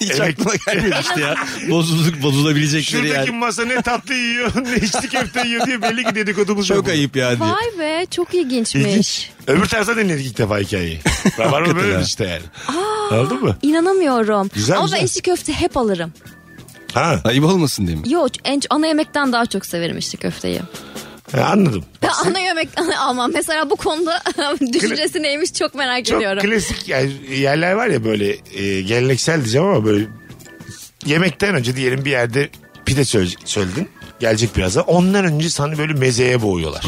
E: Hiç
C: <laughs> Evet.
E: aklıma gelmemişti ya. Bozulduk bozulabilecekleri
C: Şuradaki
E: yani.
C: masa ne tatlı yiyor <laughs> ne içli köfte yiyor diye belli ki dedikodumuz
E: Çok
C: yok.
E: ayıp ya diye.
D: Vay be çok ilginçmiş.
C: İlginç. Öbür tarzda dinledik ilk defa hikayeyi. Rabarba böyle
E: ha.
C: işte yani. Anladın mı?
D: İnanamıyorum.
C: Güzel,
D: Ama
C: güzel.
D: ben içli köfte hep alırım.
C: Ha,
E: Ayıp olmasın diye mi?
D: Yo en, ana yemekten daha çok severim içli köfteyi.
C: e, anladım.
D: Ben ana <laughs> yemekten almam. Mesela bu konuda <laughs> düşüncesi neymiş çok merak
C: Çok
D: ediyorum.
C: klasik yer- yerler var ya böyle e, geleneksel diyeceğim ama böyle yemekten önce diyelim bir yerde pide söyle- söyledin. Gelecek birazdan. Ondan önce seni böyle mezeye boğuyorlar.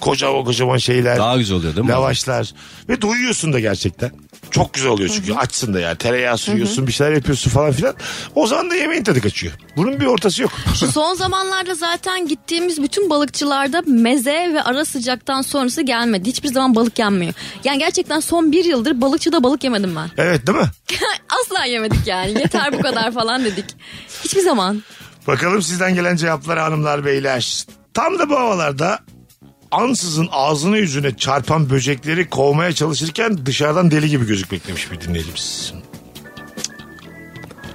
C: Kocaman kocaman şeyler.
E: Hmm. Daha güzel oluyor değil mi?
C: Lavaşlar. Ve doyuyorsun da gerçekten. Çok güzel oluyor çünkü. Açsın da yani. Tereyağı sürüyorsun bir şeyler yapıyorsun falan filan. O zaman da yemeğin tadı kaçıyor. Bunun bir ortası yok.
D: Şu son zamanlarda zaten gittiğimiz bütün balıkçılarda meze ve ara sıcaktan sonrası gelmedi. Hiçbir zaman balık yenmiyor. Yani gerçekten son bir yıldır balıkçıda balık yemedim ben.
C: evet değil mi?
D: Asla yemedik yani. Yeter bu kadar falan dedik. Hiçbir zaman.
C: Bakalım sizden gelen cevapları hanımlar beyler. Tam da bu havalarda ansızın ağzına yüzüne çarpan böcekleri kovmaya çalışırken dışarıdan deli gibi gözükmek demiş bir dinleyicimiz.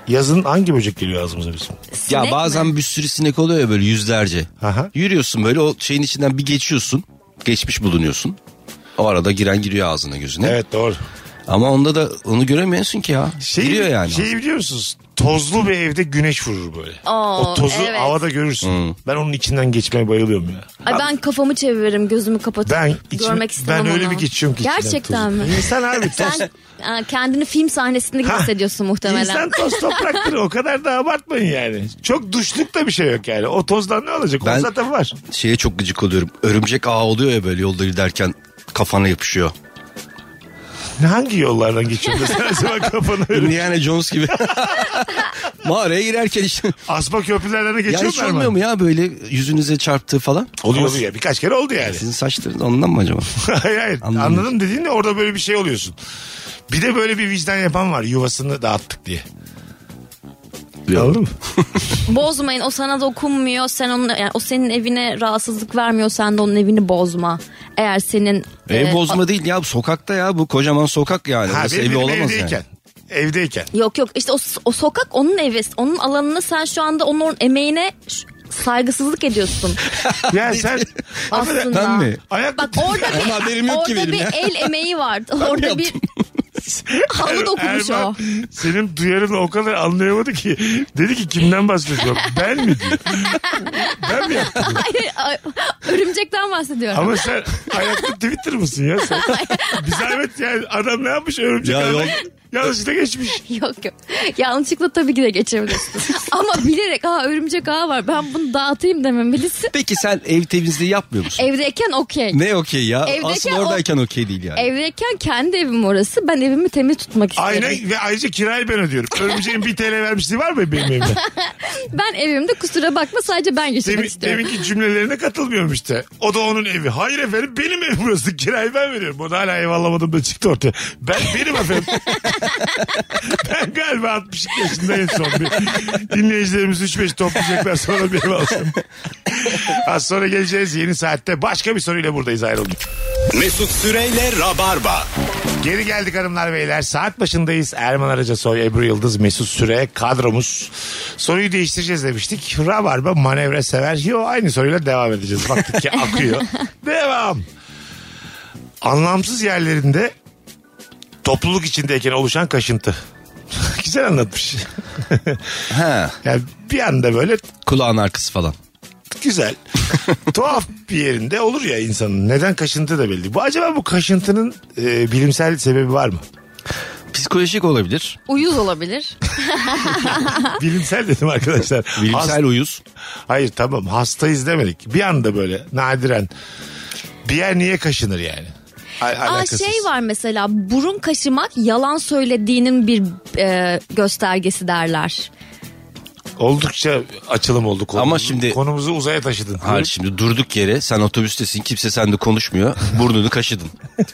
C: Yazın hangi böcek geliyor ağzımıza bizim?
E: Ya
D: Sinek
E: bazen
D: mi?
E: bir sürü sinek oluyor ya böyle yüzlerce.
C: Aha.
E: Yürüyorsun böyle o şeyin içinden bir geçiyorsun. Geçmiş bulunuyorsun. O arada giren giriyor ağzına gözüne.
C: Evet doğru.
E: Ama onda da onu göremiyorsun ki ya.
C: Şey,
E: Biliyor yani.
C: Şeyi biliyor musunuz? Tozlu bir evde güneş vurur böyle.
D: Oo,
C: o tozu
D: evet.
C: havada görürsün.
E: Hmm.
C: Ben onun içinden geçmeye bayılıyorum ya.
D: Ay ben kafamı çeviririm gözümü kapatıp
C: Ben içim-
D: görmek istemem
C: ben öyle
D: onu.
C: bir geçiyorum ki içinden
D: Gerçekten
C: tozu. <laughs>
D: mi?
C: İnsan
E: <laughs>
C: abi toz.
D: Sen e, kendini film sahnesinde gibi
C: Ha.
D: hissediyorsun muhtemelen.
C: İnsan toz topraktır o kadar da abartmayın yani. Çok duşluk da bir şey yok yani. O tozdan ne olacak? O
E: Ben-
C: zaten var.
E: Şeye çok gıcık oluyorum. Örümcek ağı oluyor ya böyle yolda giderken
C: <laughs>
E: kafana yapışıyor.
C: Ne hangi yollardan geçiyorsun? Sen zaman
E: <laughs>
C: kafanı öyle.
E: Indiana Jones gibi. <laughs> Mağaraya
C: <laughs>
E: girerken işte.
C: Asma köprülerden de
E: ya hiç
C: geçiyorlar
E: olmuyor
C: mı?
E: mu ya böyle yüzünüze çarptığı falan?
C: Oluyor
E: Ama
C: oluyor ya. Birkaç kere oldu yani.
E: Sizin saçlarınız ondan mı acaba?
C: <laughs> hayır hayır.
E: Anladım.
C: Anladım dediğinde orada böyle bir şey oluyorsun. Bir de böyle bir vicdan yapan var. Yuvasını dağıttık diye. Anladın mı?
D: Bozmayın o sana dokunmuyor. Sen onun yani o senin evine rahatsızlık vermiyor. Sen de onun evini bozma. Eğer senin e,
E: Ev bozma değil ya bu sokakta ya bu kocaman sokak yani.
C: Ha,
E: Orası
C: benim,
E: evi
C: benim
E: olamaz
C: evdeyken.
E: yani. <laughs>
C: Evdeyken.
D: Yok yok işte o, o sokak onun evi. Onun alanını sen şu anda onun emeğine ş- saygısızlık
E: <laughs>
D: ediyorsun.
C: Ya sen
D: Aslında.
E: Ben mi?
C: ayak
D: Bak orada
E: Ama haberim
D: bir,
E: yok ki
D: orada
E: benim
D: bir
E: ya.
D: el emeği
E: <laughs>
D: var. Orada bir halı dokunmuş
C: Erman,
D: o.
C: Senin duyarını o kadar anlayamadı ki. Dedi ki kimden bahsediyor? ben mi diyor. ben mi yaptım?
D: Hayır, <laughs> ay- örümcekten bahsediyorum.
C: Ama sen ayakta Twitter mısın ya sen? Bir zahmet yani adam ne yapmış örümcek
E: Ya
C: ya,
E: yok.
C: Yanlışlıkla geçmiş.
D: <laughs> Yok yok. Yanlışlıkla tabii ki de geçebilirsin.
E: <laughs>
D: Ama bilerek ha örümcek ağı var ben bunu dağıtayım dememelisin.
E: Peki sen ev temizliği yapmıyor musun?
D: Evdeyken okey.
E: Ne okey ya?
D: Evdeyken
E: Aslında oradayken okey değil yani.
D: Evdeyken kendi evim orası. Ben evimi temiz tutmak isterim.
C: Aynen ve ayrıca kirayı ben ödüyorum. Örümceğin bir TL vermişliği var mı benim evimde?
D: Ben evimde kusura bakma sadece ben geçirmek
C: Demin,
D: istiyorum.
C: deminki cümlelerine katılmıyorum işte. O da onun evi. Hayır efendim benim ev burası. Kirayı ben veriyorum. O da hala ev alamadım da çıktı ortaya. Ben benim efendim. <laughs> ben galiba 62 yaşındayım son bir. Dinleyicilerimiz 3-5 toplayacaklar sonra bir ev alacağım. Az sonra geleceğiz yeni saatte. Başka bir soruyla buradayız ayrıldık.
B: Mesut Süreyle Rabarba.
C: Geri geldik hanımlar beyler. Saat başındayız. Erman Araca Soy, Ebru Yıldız, Mesut Süre kadromuz. Soruyu değiştireceğiz demiştik. Rabarba manevra sever. Yo aynı soruyla devam edeceğiz. Baktık ki akıyor. devam. Anlamsız yerlerinde topluluk içindeyken oluşan kaşıntı. <laughs> Güzel anlatmış.
E: Ha,
C: Yani bir anda böyle
E: kulağın arkası falan.
C: güzel. Tuhaf bir yerinde olur ya insanın. Neden kaşıntı da belli. Bu acaba bu kaşıntının e, bilimsel sebebi var mı?
E: Psikolojik olabilir.
D: Uyuz olabilir.
C: <laughs> Bilimsel dedim arkadaşlar.
E: Bilimsel
C: Hast-
E: uyuz.
C: Hayır tamam hastayız demedik. Bir anda böyle nadiren bir yer niye kaşınır yani? Al-
D: Aa
C: <laughs> alakasız.
D: şey var mesela burun kaşımak yalan söylediğinin bir e, göstergesi derler.
C: Oldukça açılım oldu konumuz.
E: Ama şimdi-
C: Konumuzu uzaya taşıdın.
E: Hayır şimdi durduk yere sen otobüstesin kimse sende <laughs> konuşmuyor. Burnunu kaşıdın.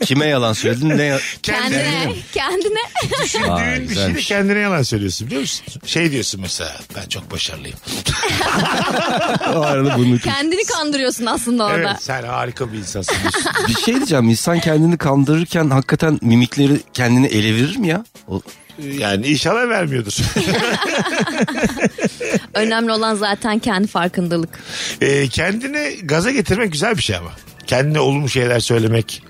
E: Kime yalan söyledin ne <laughs> ya-
C: Kendine.
D: Kendine, <laughs>
C: Düşündüğün
D: kendine.
E: Aa,
C: bir şeyde
E: güzelmiş.
C: kendine yalan söylüyorsun biliyor musun? Şey diyorsun mesela ben çok
D: <laughs>
C: başarılıyım.
E: o arada burnunu kaşıdın.
D: kendini kandırıyorsun aslında orada.
C: Evet sen harika bir insansın. diyorsun.
E: Bir şey diyeceğim insan kendini kandırırken hakikaten mimikleri kendini ele verir mi ya? O,
C: e, yani inşallah vermiyordur. <laughs>
D: Önemli olan zaten kendi farkındalık.
C: Ee, kendini gaza getirmek güzel bir şey ama. Kendine olumlu şeyler söylemek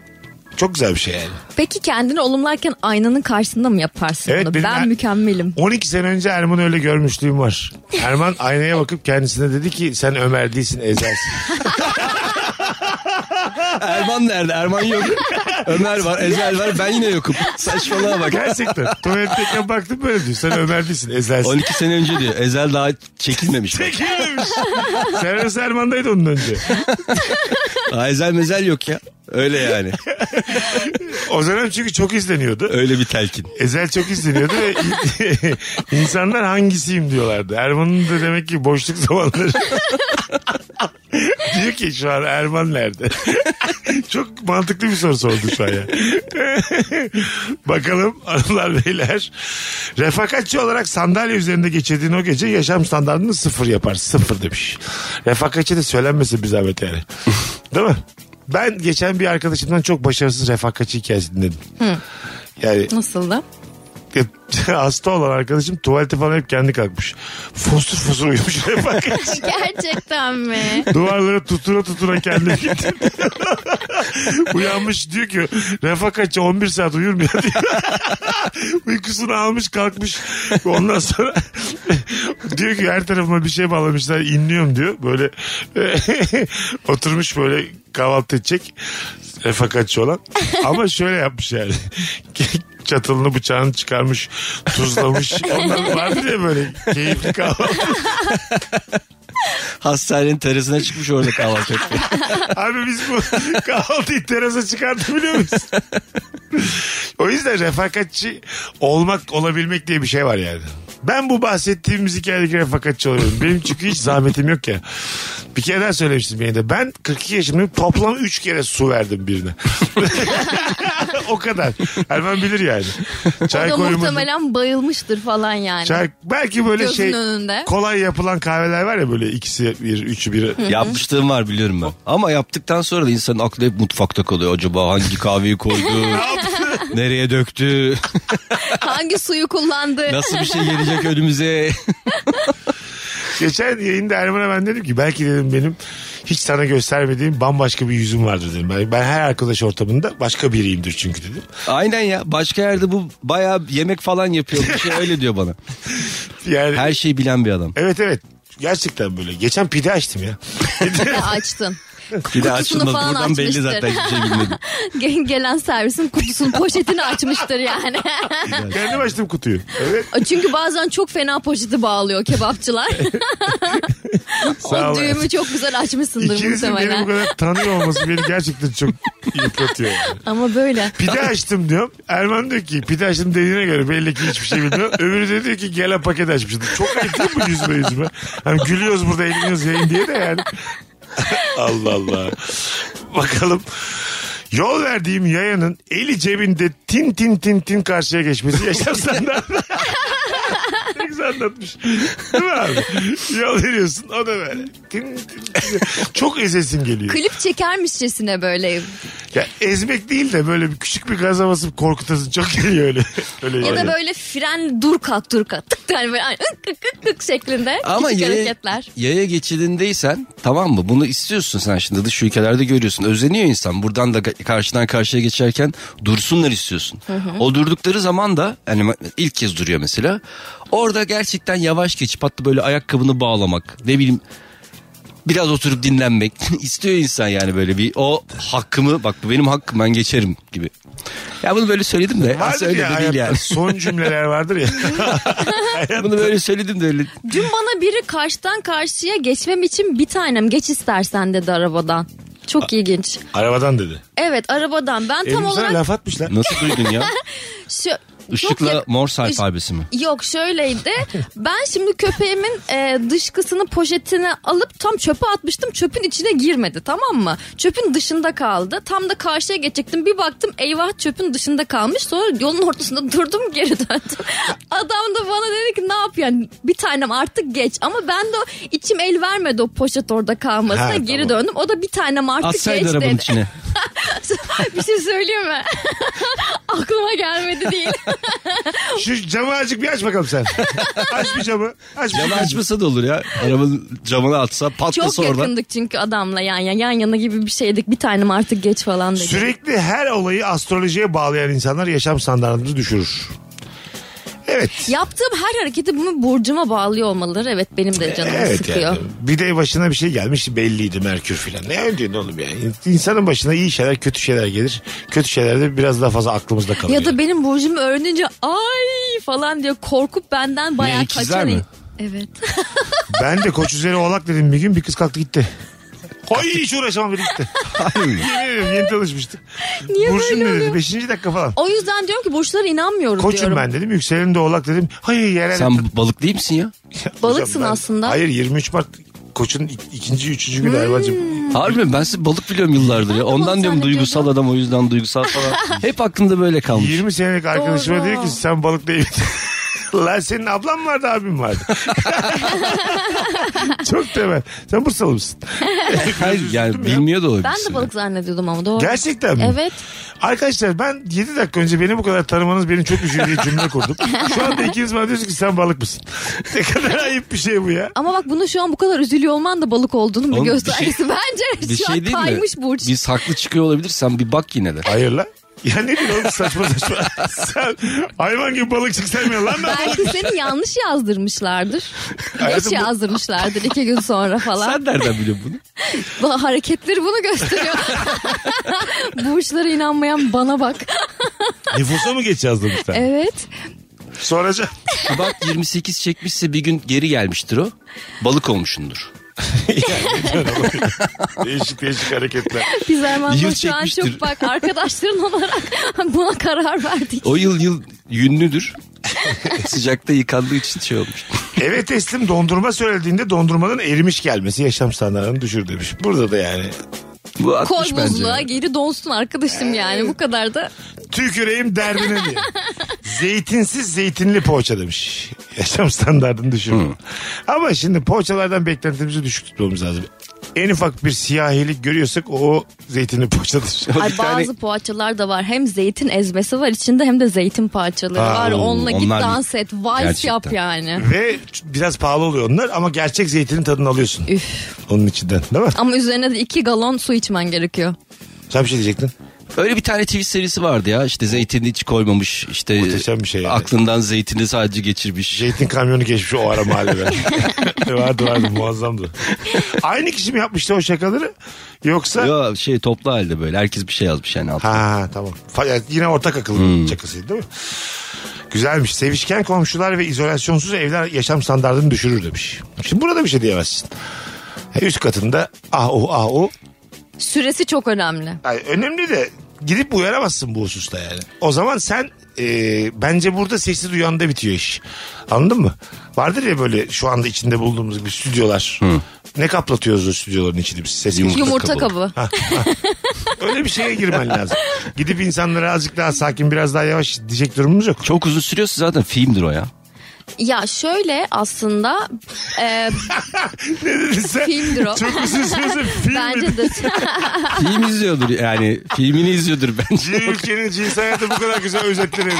C: çok güzel bir şey yani.
D: Peki kendini olumlarken aynanın karşısında mı yaparsın
C: Evet,
D: bunu?
C: benim
D: Ben
C: ben-
D: mükemmelim.
C: 12 sene önce Erman'ı öyle görmüşlüğüm var. Erman aynaya bakıp kendisine dedi ki sen Ömer değilsin ezersin.
E: Erman nerede? Erman yok. <laughs> Ömer var, Ezel var. Ben yine <laughs> yokum. Saçmalığa bak.
C: Gerçekten. <laughs> Tuvaletteyken baktım böyle diyor. Sen Ömer değilsin ezersin.
E: 12 sene önce diyor. Ezel daha çekilmemiş. bak.
C: Çekilmemiş. Servis Erman'daydı onun önce.
E: Daha Ezel mezel yok ya. Öyle yani.
C: O dönem çünkü çok izleniyordu.
E: Öyle bir telkin.
C: Ezel çok izleniyordu ve <laughs> insanlar hangisiyim diyorlardı. Erman'ın da demek ki boşluk zamanları. <laughs> diyor ki şu an Erman nerede? <laughs> çok mantıklı bir soru sordu şu an ya. <laughs> Bakalım hanımlar beyler. Refakatçi olarak sandalye üzerinde geçirdiğin o gece yaşam standartını sıfır yapar. Sıfır demiş. Refakatçi de söylenmesin bir zahmet yani. Değil mi? Ben <laughs> geçen bir arkadaşımdan çok başarısız refakatçi hikayesi dinledim. Yani
D: Nasıl da?
C: hasta olan arkadaşım tuvalete falan hep kendi kalkmış. Fosur fosur uyumuş. <laughs> Hep arkadaş.
D: Gerçekten mi?
C: Duvarlara tutura tutura kendi <laughs> gitti. Uyanmış diyor ki refakatçi 11 saat uyur mu ya diyor. <laughs> Uykusunu almış kalkmış. Ondan sonra <laughs> diyor ki her tarafıma bir şey bağlamışlar inliyorum diyor. Böyle <laughs> oturmuş böyle kahvaltı edecek. Refakatçi olan. Ama şöyle yapmış yani. <laughs> çatalını bıçağını çıkarmış tuzlamış. Onlar vardı ya böyle keyifli kahvaltı.
E: Hastanenin terasına çıkmış orada kahvaltı etmiş.
C: Abi biz bu <laughs> kahvaltıyı terasa çıkartabiliyor muyuz? o yüzden refakatçi olmak olabilmek diye bir şey var yani. Ben bu bahsettiğimiz hikayedeki refakatçi oluyorum. Benim çünkü hiç zahmetim yok ya. Bir kere daha söylemiştim yayında. Ben 42 yaşındayım toplam 3 kere su verdim birine. <laughs> o kadar. Erman bilir yani. Çay
D: O da
C: koymadım.
D: muhtemelen bayılmıştır falan yani.
C: Çay, belki böyle
D: Gözünün
C: şey
D: önünde.
C: kolay yapılan kahveler var ya böyle ikisi bir, üçü bir.
E: <laughs> Yapmışlığım var biliyorum ben. Ama yaptıktan sonra da insanın aklı hep mutfakta kalıyor. Acaba hangi kahveyi <laughs> koydu? nereye döktü?
D: Hangi suyu kullandı?
E: Nasıl bir şey gelecek önümüze? <laughs>
C: Geçen yayında Erman'a ben dedim ki belki dedim benim hiç sana göstermediğim bambaşka bir yüzüm vardır dedim. Ben, ben her arkadaş ortamında başka biriyimdir çünkü dedim.
E: Aynen ya. Başka yerde bu bayağı yemek falan yapıyor. Bir şey öyle diyor bana.
C: Yani
E: Her şey- şeyi bilen bir adam.
C: evet evet gerçekten böyle. Geçen pide açtım ya.
D: Ya açtın. <laughs>
E: Bir de
D: Kutusunu
E: açılmaz.
D: falan
E: Buradan belli
D: açmıştır.
E: zaten hiçbir şey bilmedim.
D: Gel- Gelen servisin kutusunun poşetini açmıştır yani.
C: Kendim açtım kutuyu. Evet
D: Çünkü bazen çok fena poşeti bağlıyor kebapçılar.
C: <laughs> Sağ
D: o
C: ol.
D: düğümü çok güzel açmışsındır
C: ikinizin beni bu
D: muhtemelen.
C: kadar tanıyor olması beni gerçekten çok
D: <laughs>
C: yıpratıyor. yani.
D: Ama böyle.
C: Pide açtım diyorum. Erman diyor ki pide açtım dediğine göre belli ki hiçbir şey bilmiyor. Öbürü de diyor ki gel paket açmışsın. Çok ayıp değil mi yüzme yüzme? Hani gülüyoruz burada eğleniyoruz yayın diye de yani. <laughs> Allah Allah. Bakalım. Yol verdiğim yayanın eli cebinde tin tin tin tin karşıya geçmesi yaşam standartı. <laughs> Ne güzel anlatmış. Değil mi abi? Yol veriyorsun o da böyle. Tin, tin, tin. Çok ezesin geliyor.
D: Klip çekermişçesine böyle.
C: Ya ezmek değil de böyle bir küçük bir gaza basıp korkutasın çok geliyor öyle. öyle
D: Ya da
C: yani.
D: böyle fren dur kalk dur kalk tık yani böyle hani ık ık ık ık şeklinde
E: Ama
D: küçük
E: yaya,
D: hareketler.
E: yaya geçidindeysen tamam mı? Bunu istiyorsun sen şimdi dış ülkelerde görüyorsun. Özeniyor insan. Buradan da ga- karşıdan karşıya geçerken dursunlar istiyorsun. O durdukları zaman da yani ma- ilk kez duruyor mesela. Orada gerçekten yavaş geçip hatta böyle ayakkabını bağlamak. Ne bileyim biraz oturup dinlenmek <laughs> istiyor insan yani böyle bir o hakkımı bak bu benim hakkım ben geçerim gibi. Ya bunu böyle söyledim de
C: Vardır
E: aslında öyle
C: ya
E: de değil
C: hayatta <laughs>
E: yani.
C: son cümleler vardır
D: <laughs>
C: ya.
E: Bunu böyle söyledim de öyle
D: Dün bana biri karşıdan karşıya geçmem için bir tanem geç istersen dedi arabadan. Çok ilginç.
C: Arabadan dedi.
D: Evet arabadan ben tam
C: Elim sana
D: olarak
C: laf atmışlar.
E: nasıl duydun
D: <laughs>
E: ya?
D: şu
E: Işıkla
D: Yok ya-
E: Morse
D: Iş-
E: alfabesi mi?
D: Yok şöyleydi. Ben şimdi köpeğimin e, dışkısını poşetine alıp tam çöpe atmıştım. Çöpün içine girmedi tamam mı? Çöpün dışında kaldı. Tam da karşıya geçecektim. Bir baktım eyvah çöpün dışında kalmış. Sonra yolun ortasında <laughs> durdum geri döndüm. Adam da bana dedi ki ne yapıyorsun? Bir tanem artık geç. Ama ben de o içim el vermedi o poşet orada kalmasına.
C: Ha,
D: geri
C: tamam.
D: döndüm. O da bir tanem artık
E: Atsaydı
D: geç dedi.
E: arabanın <laughs> içine.
D: <laughs> bir şey söyleyeyim mi? <laughs> Aklıma gelmedi değil.
C: Şu camı azıcık bir aç bakalım sen. aç bir camı. Aç bir
E: Camı
C: camı.
E: açmasa da olur ya. Arabanın camını atsa
D: Çok
E: patlasa oradan.
D: yakındık çünkü adamla yan yana, yan yana gibi bir şeydik. Bir tanem artık geç falan dedi.
C: Sürekli her olayı astrolojiye bağlayan insanlar yaşam standartımızı düşürür. Evet.
D: Yaptığım her hareketi bunu burcuma bağlıyor olmaları evet benim
E: E,
D: de canımı
C: Evet
D: sıkıyor.
C: yani. Bir de başına bir şey gelmiş belliydi Merkür filan. Ne ödüyorsun oğlum yani? İnsanın başına iyi şeyler kötü şeyler gelir. Kötü şeyler de biraz daha fazla aklımızda kalır.
D: Ya da
C: yani.
D: benim burcumu öğrenince ay falan diyor korkup benden bayağı
E: ikizler
D: kaçan.
E: mi?
D: Evet.
C: Ben de koç üzeri oğlak dedim bir gün bir kız kalktı gitti. Ay hiç uğraşamam biri gitti. Yemin ediyorum yeni tanışmıştık.
D: Niye
C: Burç'un
D: böyle
C: ne dedi?
D: oluyor?
C: Beşinci dakika falan.
D: O yüzden diyorum ki burçlara inanmıyorum
C: Koçum
D: diyorum.
C: ben dedim. Yükselenim de oğlak dedim. Hayır yerel.
E: Sen balık değil misin ya?
D: Balıksın aslında. Hmm.
C: Hayır 23 Mart Koç'un ik- ikinci, üçüncü günü Erman'cığım.
E: Harbi mi? ben sizi balık biliyorum yıllardır ya.
D: balık
E: Ondan diyorum
D: zannediyordum.
E: duygusal
D: <laughs>
E: adam o yüzden duygusal falan. Hep aklımda böyle kalmış.
C: 20 senelik arkadaşıma
D: Doğru.
C: diyor ki sen balık değil. <laughs> Lan senin ablan vardı abim
D: <laughs>
C: vardı. Çok temel. Sen Bursalı mısın?
E: Hayır yani bilmiyor da olabilir.
D: Ben de balık zannediyordum ama doğru.
C: Gerçekten mi?
D: Evet.
C: Arkadaşlar ben 7 dakika önce beni bu kadar tanımanız beni çok üzüldüğü cümle kurdum. Şu anda ikiniz bana diyorsunuz ki sen balık mısın? <laughs> Ne kadar ayıp bir şey bu ya.
D: Ama bak bunu şu an bu kadar üzülüyor olman da balık olduğunun bir
E: Oğlum, bir
D: göstergesi.
E: şey-
D: <laughs> Bence
E: Bir
D: şu
E: şey
D: an
E: değil mi?
D: kaymış Burç.
E: Biz haklı çıkıyor olabilirsen bir
D: <laughs>
E: bak yine de.
C: Hayır lan. Ya ne bileyim oğlum saçma saçma. <laughs> sen hayvan gibi balık çıksaymıyorsun lan ben balık.
D: Belki seni yanlış yazdırmışlardır. Geç
C: Hayatım bu-
D: yazdırmışlardır iki gün sonra falan.
E: Sen nereden biliyorsun bunu?
D: Bu hareketleri bunu <laughs> gösteriyor. Burçlara inanmayan bana bak.
C: Nüfusa mı geç yazdırmışlar?
D: Evet.
C: Soracağım.
E: Bak 28 çekmişse bir gün geri gelmiştir o. Balık olmuşundur.
C: Değişik değişik hareketler.
D: Biz Erman'la
E: Yıl
D: şu an çok
E: çekmiştir.
D: bak arkadaşların olarak <laughs> buna karar verdik.
E: O yıl yıl yünlüdür. <laughs> Sıcakta yıkandığı için şey olmuş.
C: Eve teslim dondurma söylediğinde dondurmanın erimiş gelmesi yaşam standartını düşür demiş. Burada da yani
E: Bu
D: Koy
E: atmış bence.
D: buzluğa geri donsun arkadaşım yani bu kadar da.
C: tüküreyim derdine diye. Zeytinsiz zeytinli poğaça demiş. Yaşam standartını düşürme. Ama şimdi poğaçalardan beklentimizi düşük tutmamız lazım. En ufak bir siyahilik görüyorsak o zeytinli poğaçadır.
E: <laughs> O
D: Ay
E: bir tane-
D: bazı poğaçalar da var. Hem zeytin ezmesi var içinde hem de zeytin parçaları
E: Aa,
D: var.
E: oo,
D: Onunla git
E: onlar-
D: dans et, vals yap
E: Gerçekten.
D: yani.
C: Ve biraz pahalı oluyor onlar ama gerçek zeytinin tadını alıyorsun.
D: Üf.
C: Onun içinden değil mi?
D: Ama üzerine de iki galon su içmen gerekiyor.
C: Sen bir şey diyecektin.
E: Öyle bir tane TV serisi vardı ya. İşte zeytini hiç koymamış. işte
C: Muhteşem bir şey yani. Şey-
E: Aklından zeytini sadece geçirmiş.
C: Zeytin kamyonu geçmiş o ara mahalleden. vardı vardı muazzamdı. Aynı kişi mi yapmıştı o şakaları? Yoksa...
E: Yo, şey toplu halde böyle. Herkes bir şey yazmış yani altına.
C: Ha tamam. Fa- yani yine ortak akıl
E: Hmm.
C: çakısıydı değil mi? Güzelmiş. Sevişken komşular ve izolasyonsuz evler yaşam standartını düşürür demiş. Şimdi burada bir şey diyemezsin. E, Üst katında ah o ah o.
D: Süresi çok önemli.
C: Ay, önemli de gidip uyaramazsın bu hususta yani. O zaman sen e, bence burada sesi duyanda bitiyor iş. Anladın mı? Vardır ya böyle şu anda içinde bulduğumuz gibi stüdyolar. Ne kaplatıyoruz o stüdyoların içini biz ses
E: Yumurta
D: Yumurta
E: kabı.
D: kabı.
C: Öyle bir şeye girmen lazım. Gidip insanlara azıcık daha sakin biraz daha yavaş diyecek durumumuz
D: <laughs>
C: yok.
E: Çok uzun sürüyorsa zaten filmdir o ya.
D: Ya şöyle aslında
E: <laughs>
D: e,
C: Ne dedin sen?
D: Filmdir o.
C: Çok uzun süresi film mi?
D: bence de
E: Film izliyordur yani. Filmini izliyordur
C: Bir
E: bence.
C: ülkenin cins hayatı bu kadar güzel özetlenir.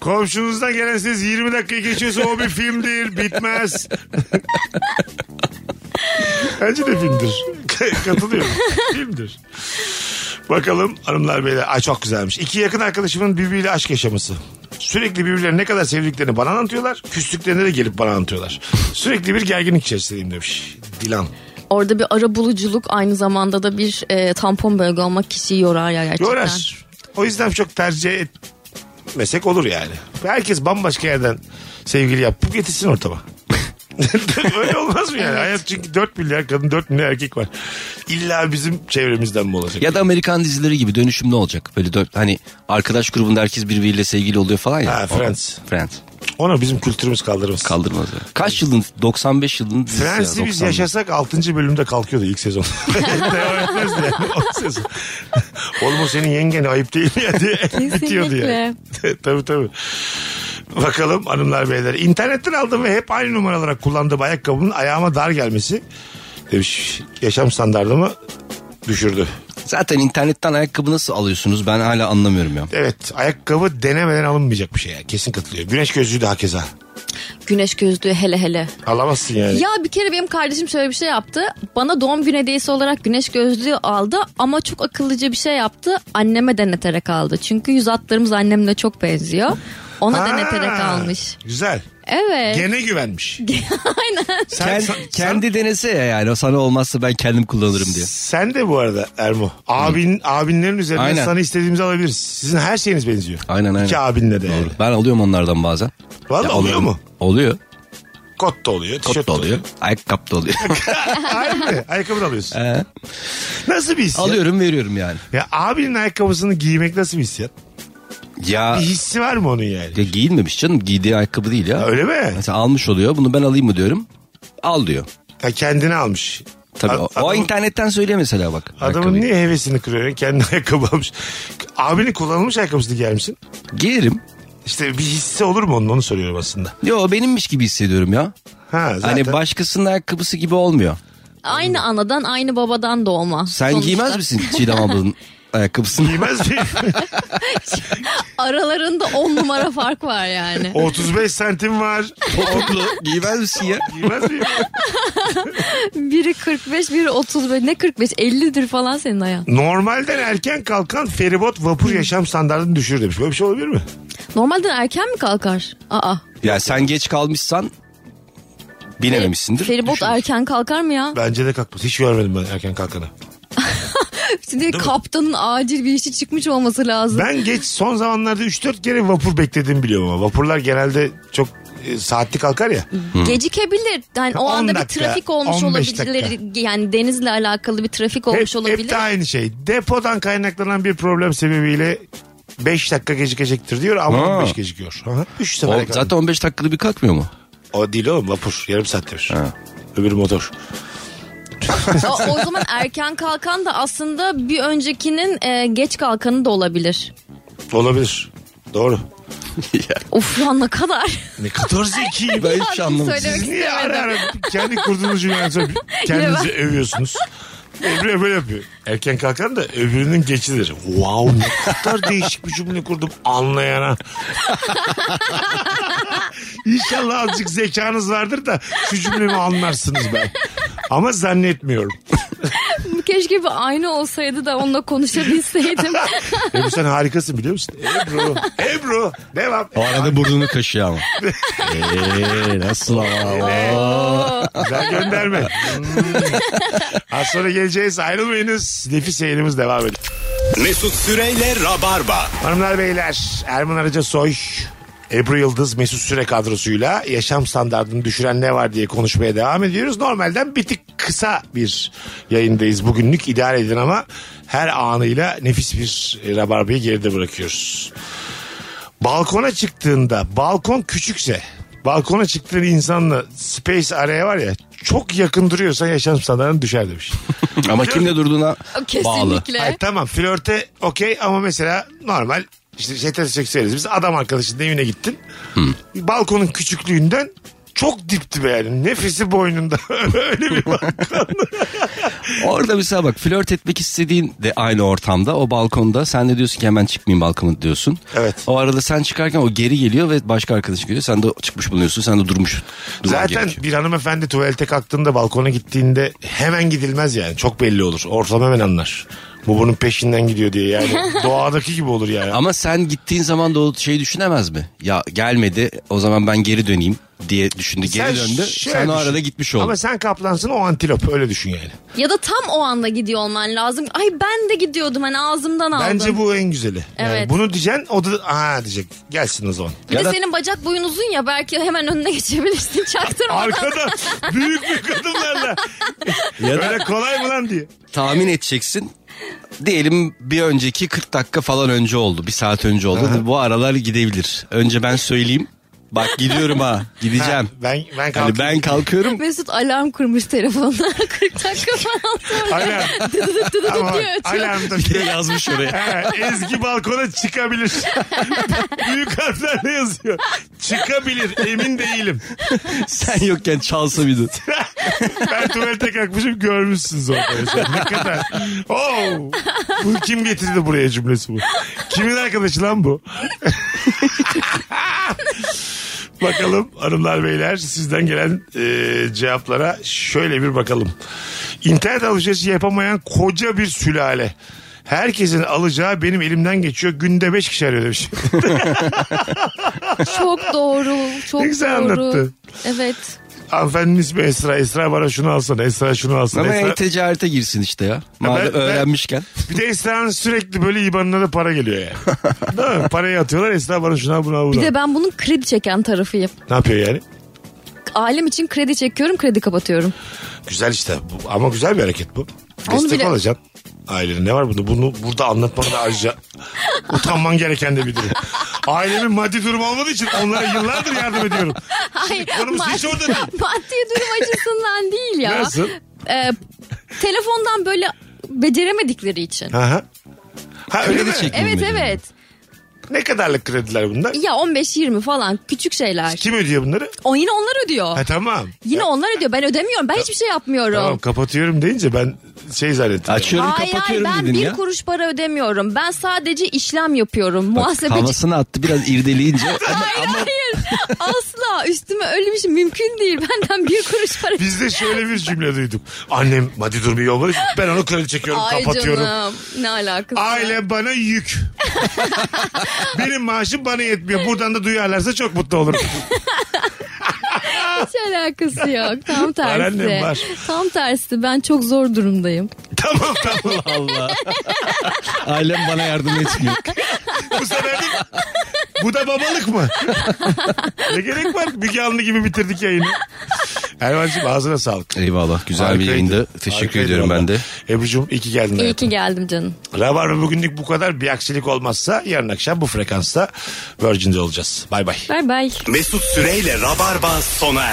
C: Komşunuzdan gelen ses 20 dakika geçiyorsa o bir film değil. Bitmez. Bence de filmdir. Katılıyorum. Filmdir. Bakalım hanımlar beyler. Ay çok güzelmiş. İki yakın arkadaşımın birbiriyle aşk yaşaması. Sürekli birbirlerini ne kadar sevdiklerini bana anlatıyorlar. Küslüklerini de gelip bana anlatıyorlar. Sürekli bir gerginlik içerisindeyim demiş. Dilan.
D: orada bir ara buluculuk aynı zamanda da bir e, tampon bölge olmak kişiyi yorar ya gerçekten.
C: Yorar. O yüzden çok tercih etmesek olur yani. Herkes bambaşka yerden sevgili yapıp getirsin ortama. Öyle olmaz mı yani? Hayat çünkü 4 milyar kadın 4 milyar erkek var. İlla bizim çevremizden mi olacak?
E: ya da Amerikan dizileri gibi dönüşüm ne olacak? Böyle dön- hani arkadaş grubunda herkes birbiriyle sevgili oluyor falan ya.
C: Ha, Friends.
E: Friends.
C: Ona bizim kültürümüz kaldırmaz.
E: Kaldırmaz ya. Kaç yılın? 95 yılın dizisi ya,
C: Friends'i biz
E: 90.
C: yaşasak 6. bölümde kalkıyordu ilk sezon. Devam etmezdi yani o sezon. <laughs> Oğlum o senin yengen ayıp değil mi ya diye <laughs> bitiyordu ya. <laughs> tabii tabii. Bakalım hanımlar beyler. İnternetten aldım ve hep aynı numara olarak kullandığım ayakkabının ayağıma dar gelmesi demiş yaşam standartımı düşürdü.
E: Zaten internetten ayakkabı nasıl alıyorsunuz ben hala anlamıyorum ya.
C: Evet ayakkabı denemeden alınmayacak bir şey ya. Kesin katılıyor. Güneş gözlüğü de hakeza.
D: Güneş gözlüğü hele hele.
C: Alamazsın yani.
D: Ya bir kere benim kardeşim şöyle bir şey yaptı. Bana doğum günü hediyesi olarak güneş gözlüğü aldı ama çok akıllıca bir şey yaptı. Anneme deneterek aldı. Çünkü yüz hatlarımız annemle çok benziyor. Ona
C: Ha,
D: deneterek almış.
C: Güzel.
D: Evet.
C: Gene güvenmiş.
D: <laughs> Aynen.
C: Sen-
E: Kend-
C: sen-
E: kendi denese ya yani o sana olmazsa ben kendim kullanırım diye.
C: Sen de bu arada Ermo. Abin, abinlerin üzerine
E: Aynen.
C: sana istediğimizi alabiliriz. Sizin her şeyiniz benziyor.
E: Aynen aynen.
C: İki abinle de. Yani.
E: Ben alıyorum onlardan bazen.
C: Valla
E: Ya
C: oluyor
E: alıyorum.
C: mu?
E: Oluyor.
C: Kot da oluyor, tişört
E: Kot da oluyor.
C: <laughs>
E: Ayakkabı da oluyor.
C: Harbi mi?
E: <laughs>
C: Ayakkabı da alıyorsun.
E: Ee,
C: Nasıl bir hissiyat?
E: alıyorum veriyorum yani.
C: Ya abinin ayakkabısını giymek nasıl bir hissiyat?
E: Ya,
C: Bir hissi var mı onun yani?
E: ya giyinmemiş canım giydiği ayakkabı değil ya.
C: Öyle mi?
E: Mesela almış oluyor bunu ben alayım mı diyorum. Al diyor.
C: Ha, kendini almış.
E: Tabii
C: Ad-
E: o, o
C: adamın-
E: internetten söylüyor mesela bak.
C: Adamın
E: ayakkabıyı.
C: niye <laughs> hevesini kırıyor? Kendi ayakkabı almış. Abinin kullanılmış ayakkabısını giyer misin?
E: Giyerim.
C: İşte bir hisse olur mu onun onu soruyorum aslında.
E: Yo benimmiş gibi hissediyorum ya.
C: Ha, zaten.
E: Hani başkasının ayakkabısı gibi olmuyor.
D: Aynı anadan aynı babadan doğma.
E: Sen
D: Sonuçta
E: giymez misin Çiğdem ablanın ayakkabısını?
C: Giymez
E: <laughs>
C: mi?
D: Aralarında 10 numara fark
C: <laughs>
D: var yani.
C: 35 santim var.
E: Topuklu giymez misin ya?
C: Giymez mi?
D: Biri 45 biri 35 ne 45 50'dir falan senin ayağın.
C: Normalden erken kalkan feribot vapur yaşam standartını düşürür demiş. Böyle bir şey olabilir mi?
D: Normalden erken mi kalkar? Aa.
E: Ya sen geç kalmışsan binememişsindir.
D: Feribot
E: Düşün.
D: erken kalkar mı ya?
C: Bence de kalkmaz. Hiç görmedim ben erken kalkanı.
D: Şimdi kaptanın acil bir işi çıkmış olması lazım.
C: Ben geç son zamanlarda 3-4 kere vapur beklediğimi biliyorum ama. Vapurlar genelde çok e, saatli kalkar ya.
D: Gecekebilir. Yani o
C: 10
D: anda
C: dakika,
D: bir trafik olmuş
C: 15
D: olabilir. Yani denizle alakalı bir trafik
C: Hep,
D: olmuş olabilir.
C: hep de aynı şey. Depodan kaynaklanan bir problem sebebiyle 5 dakika gecikecektir diyor ama
E: Ha.
C: 15 gecikiyor. 3 sefer
E: O,
C: yakaladım.
E: zaten 15 dakikada bir kalkmıyor mu?
C: O değil oğlum vapur. Yarım saat demiş. Öbürü motor.
D: o, o zaman erken kalkan da aslında bir öncekinin e, geç kalkanı da olabilir.
C: Olabilir. Doğru.
D: Of ya ne kadar.
C: Ne kadar
D: <laughs>
C: zekiyim.
E: Ben hiç anlamadım.
D: Söylemek
C: Siz niye ara
D: istemedim.
C: ara kendi kurduğunuz cümleyi sonra kendinizi övüyorsunuz? Öbürü böyle yapıyor. Erken kalkan da öbürünün geçidir. Wow ne kadar <laughs> değişik bir cümle kurdum anlayana. <laughs> İnşallah azıcık zekanız vardır da şu cümlemi anlarsınız ben. Ama zannetmiyorum. <laughs>
D: Keşke bir aynı olsaydı da onunla konuşabilseydim. <laughs>
C: Ebru sen harikasın biliyor musun? Ebru, Ebru devam.
E: O arada burnunu kaşıyor ama. Eee nasıl ama?
C: Güzel gönderme. Hmm. Az sonra geleceğiz ayrılmayınız. Nefis yayınımız devam ediyor.
B: Mesut Süreyle Rabarba.
C: Hanımlar beyler Erman Arıca Soy Ebru Yıldız Mesut Süre kadrosuyla yaşam standartını düşüren ne var diye konuşmaya devam ediyoruz. Normalden bir tık kısa bir yayındayız. Bugünlük idare edin ama her anıyla nefis bir e, rabarbayı geride bırakıyoruz. Balkona çıktığında balkon küçükse balkona çıktığın insanla space araya var ya çok yakın duruyorsan yaşam standartın düşer demiş.
E: Ama kimle durduğuna bağlı.
D: Kesinlikle.
C: Ay, tamam flörte okey ama mesela normal işte heteroseksüeliz biz adam arkadaşının evine gittin.
E: Hmm.
C: Balkonun küçüklüğünden çok dip dibe yani. Nefesi boynunda. <laughs> Öyle bir balkon.
E: Orada mesela bak flört etmek istediğin de aynı ortamda o balkonda sen de diyorsun ki hemen çıkmayayım balkona diyorsun.
C: Evet.
E: O arada sen çıkarken o geri geliyor ve başka arkadaş geliyor. Sen de çıkmış bulunuyorsun sen de durmuş. durman
C: Zaten
E: gerekiyor.
C: bir hanımefendi tuvalete kalktığında balkona gittiğinde hemen gidilmez yani. Çok belli olur. Ortam hemen anlar. Bu bunun peşinden gidiyor diye
D: <laughs>
C: yani. Doğadaki gibi olur yani.
E: Ama sen gittiğin zaman da o şeyi düşünemez mi? Ya gelmedi o zaman ben geri döneyim diye düşündü. Geri
C: Sen
E: döndü.
C: şöyle
E: Sen o
C: düşün.
E: arada gitmiş oldun.
C: Ama sen kaplansın o antilop öyle düşün yani.
D: Ya da tam o anda gidiyor olman lazım. Ay ben de gidiyordum hani ağzımdan aldım.
C: Bence bu en güzeli. Yani
D: Evet.
C: bunu diyeceksin o da aha diyecek. Gelsin o zaman.
D: Bir
E: Ya
D: de
E: da-
D: senin bacak boyun uzun ya belki hemen önüne geçebilirsin <laughs> çaktırmadan.
C: Arkada büyük bir kadınlarla.
E: Ya da
C: Öyle kolay mı lan diye.
E: tahmin edeceksin. Diyelim bir önceki 40 dakika falan önce oldu. Bir saat önce oldu. Bu aralar gidebilir. Önce ben söyleyeyim. Bak gidiyorum ha. <laughs>
C: Ha,
E: Gideceğim.
C: ben ben
E: Hani
C: kalktım.
E: ben <laughs> kalkıyorum.
D: Mesut alarm kurmuş telefonuna <laughs> 40 dakika falan sonra.
C: Alarm. Ama
D: diyor, ötüyor.
C: alarm da- şey
E: Bir de yazmış <laughs> oraya.
C: Ha, Ezgi balkona
E: <laughs>
C: çıkabilir. Büyük harflerle yazıyor. Çıkabilir emin değilim.
E: Sen yokken çalsa mıydın?
C: <laughs> ben tuvalete kalkmışım görmüşsünüz orada. mesela. Ne kadar. Oo. Bu kim getirdi buraya cümlesi bu? Kimin arkadaşı lan bu? <laughs> bakalım hanımlar beyler sizden gelen e, cevaplara şöyle bir bakalım. İnternet alışverişi yapamayan koca bir sülale. Herkesin alacağı benim elimden geçiyor. Günde beş kişi arıyor demiş. <laughs>
D: Çok doğru. Çok
C: Ne güzel
D: doğru.
C: anlattın.
D: Evet.
C: Hanımefendinin ismi Esra. Esra bana şunu alsana. Esra şunu alsana.
E: Ama
C: Esra...
E: e-ticarete girsin işte ya. Madem
C: ben- ben-
E: öğrenmişken.
C: Bir de Esra'nın sürekli böyle IBAN'ına da para geliyor
E: <laughs>
C: yani. Değil mi? Parayı atıyorlar Esra bana şuna buna buna.
D: Bir de ben bunun kredi çeken tarafıyım.
C: Ne yapıyor yani?
D: Ailem için kredi çekiyorum kredi kapatıyorum.
C: Güzel işte bu. ama güzel bir hareket bu.
D: Onu
C: Destek
D: bile-
C: olacaksın. Ailenin ne var bunda? Bunu burada anlatmana da ayrıca
D: <laughs>
C: utanman gereken de bir durum. Ailemin maddi durumu olmadığı için onlara yıllardır yardım ediyorum.
D: <laughs> Hayır.
C: konumuz hiç
D: maddi-
C: orada değil.
D: Maddi durum açısından değil ya.
C: Nasıl?
D: Ee, telefondan böyle beceremedikleri için.
C: Aha. Ha öyle mi?
E: Kredi çekmiyor
D: Evet
E: mu?
D: evet.
C: Ne kadarlık krediler bunlar?
D: Ya 15-20 falan küçük şeyler.
C: Kim ödüyor bunları?
D: O yine onlar ödüyor.
C: Ha tamam.
D: Yine onlar ödüyor. Ben ödemiyorum. Ben hiçbir şey yapmıyorum.
C: Tamam kapatıyorum deyince ben şey zannettim.
E: Açıyorum
D: Hayır hayır
E: kapatıyorum
D: ben
E: dedin
D: bir
E: ya.
D: kuruş para ödemiyorum. Ben sadece işlem yapıyorum.
E: Bak,
D: Muhasebeci
E: havasını attı biraz irdeleyince.
D: Hayır hayır. <laughs> Asla üstüme öyle bir şey mümkün değil. Benden bir kuruş para.
C: Biz de şöyle bir cümle duyduk. Annem maddi durumu iyi olmadı. Ben onu kredi çekiyorum
D: Ay
C: kapatıyorum.
D: canım ne alakası var?
C: Aile bana
D: <laughs>
C: yük. Benim maaşım bana yetmiyor. Buradan da duyarlarsa çok mutlu
D: <laughs>
C: olurum.
D: Hiç alakası yok. Tam tersi.
C: annem var.
D: Tam tersi. Ben çok zor durumdayım.
C: tamam tamam.
E: Allah. <laughs> Ailem bana yardım etmiyor.
C: Bu sefer değil. Bu da babalık
D: <laughs>
C: mı? ne gerek var? Müge Anlı gibi bitirdik yayını. Erman'cığım ağzına sağlık.
E: Eyvallah güzel bir yayında. Teşekkür ediyorum ben de.
C: Ebru'cum iyi ki geldin.
D: İyi ki geldim canım.
C: Rabarba bugünlük bu kadar. Bir aksilik olmazsa yarın akşam bu frekansta Virgin'de olacağız. Bay bay.
D: Bay bay.
B: Mesut Süreyle Rabarba sona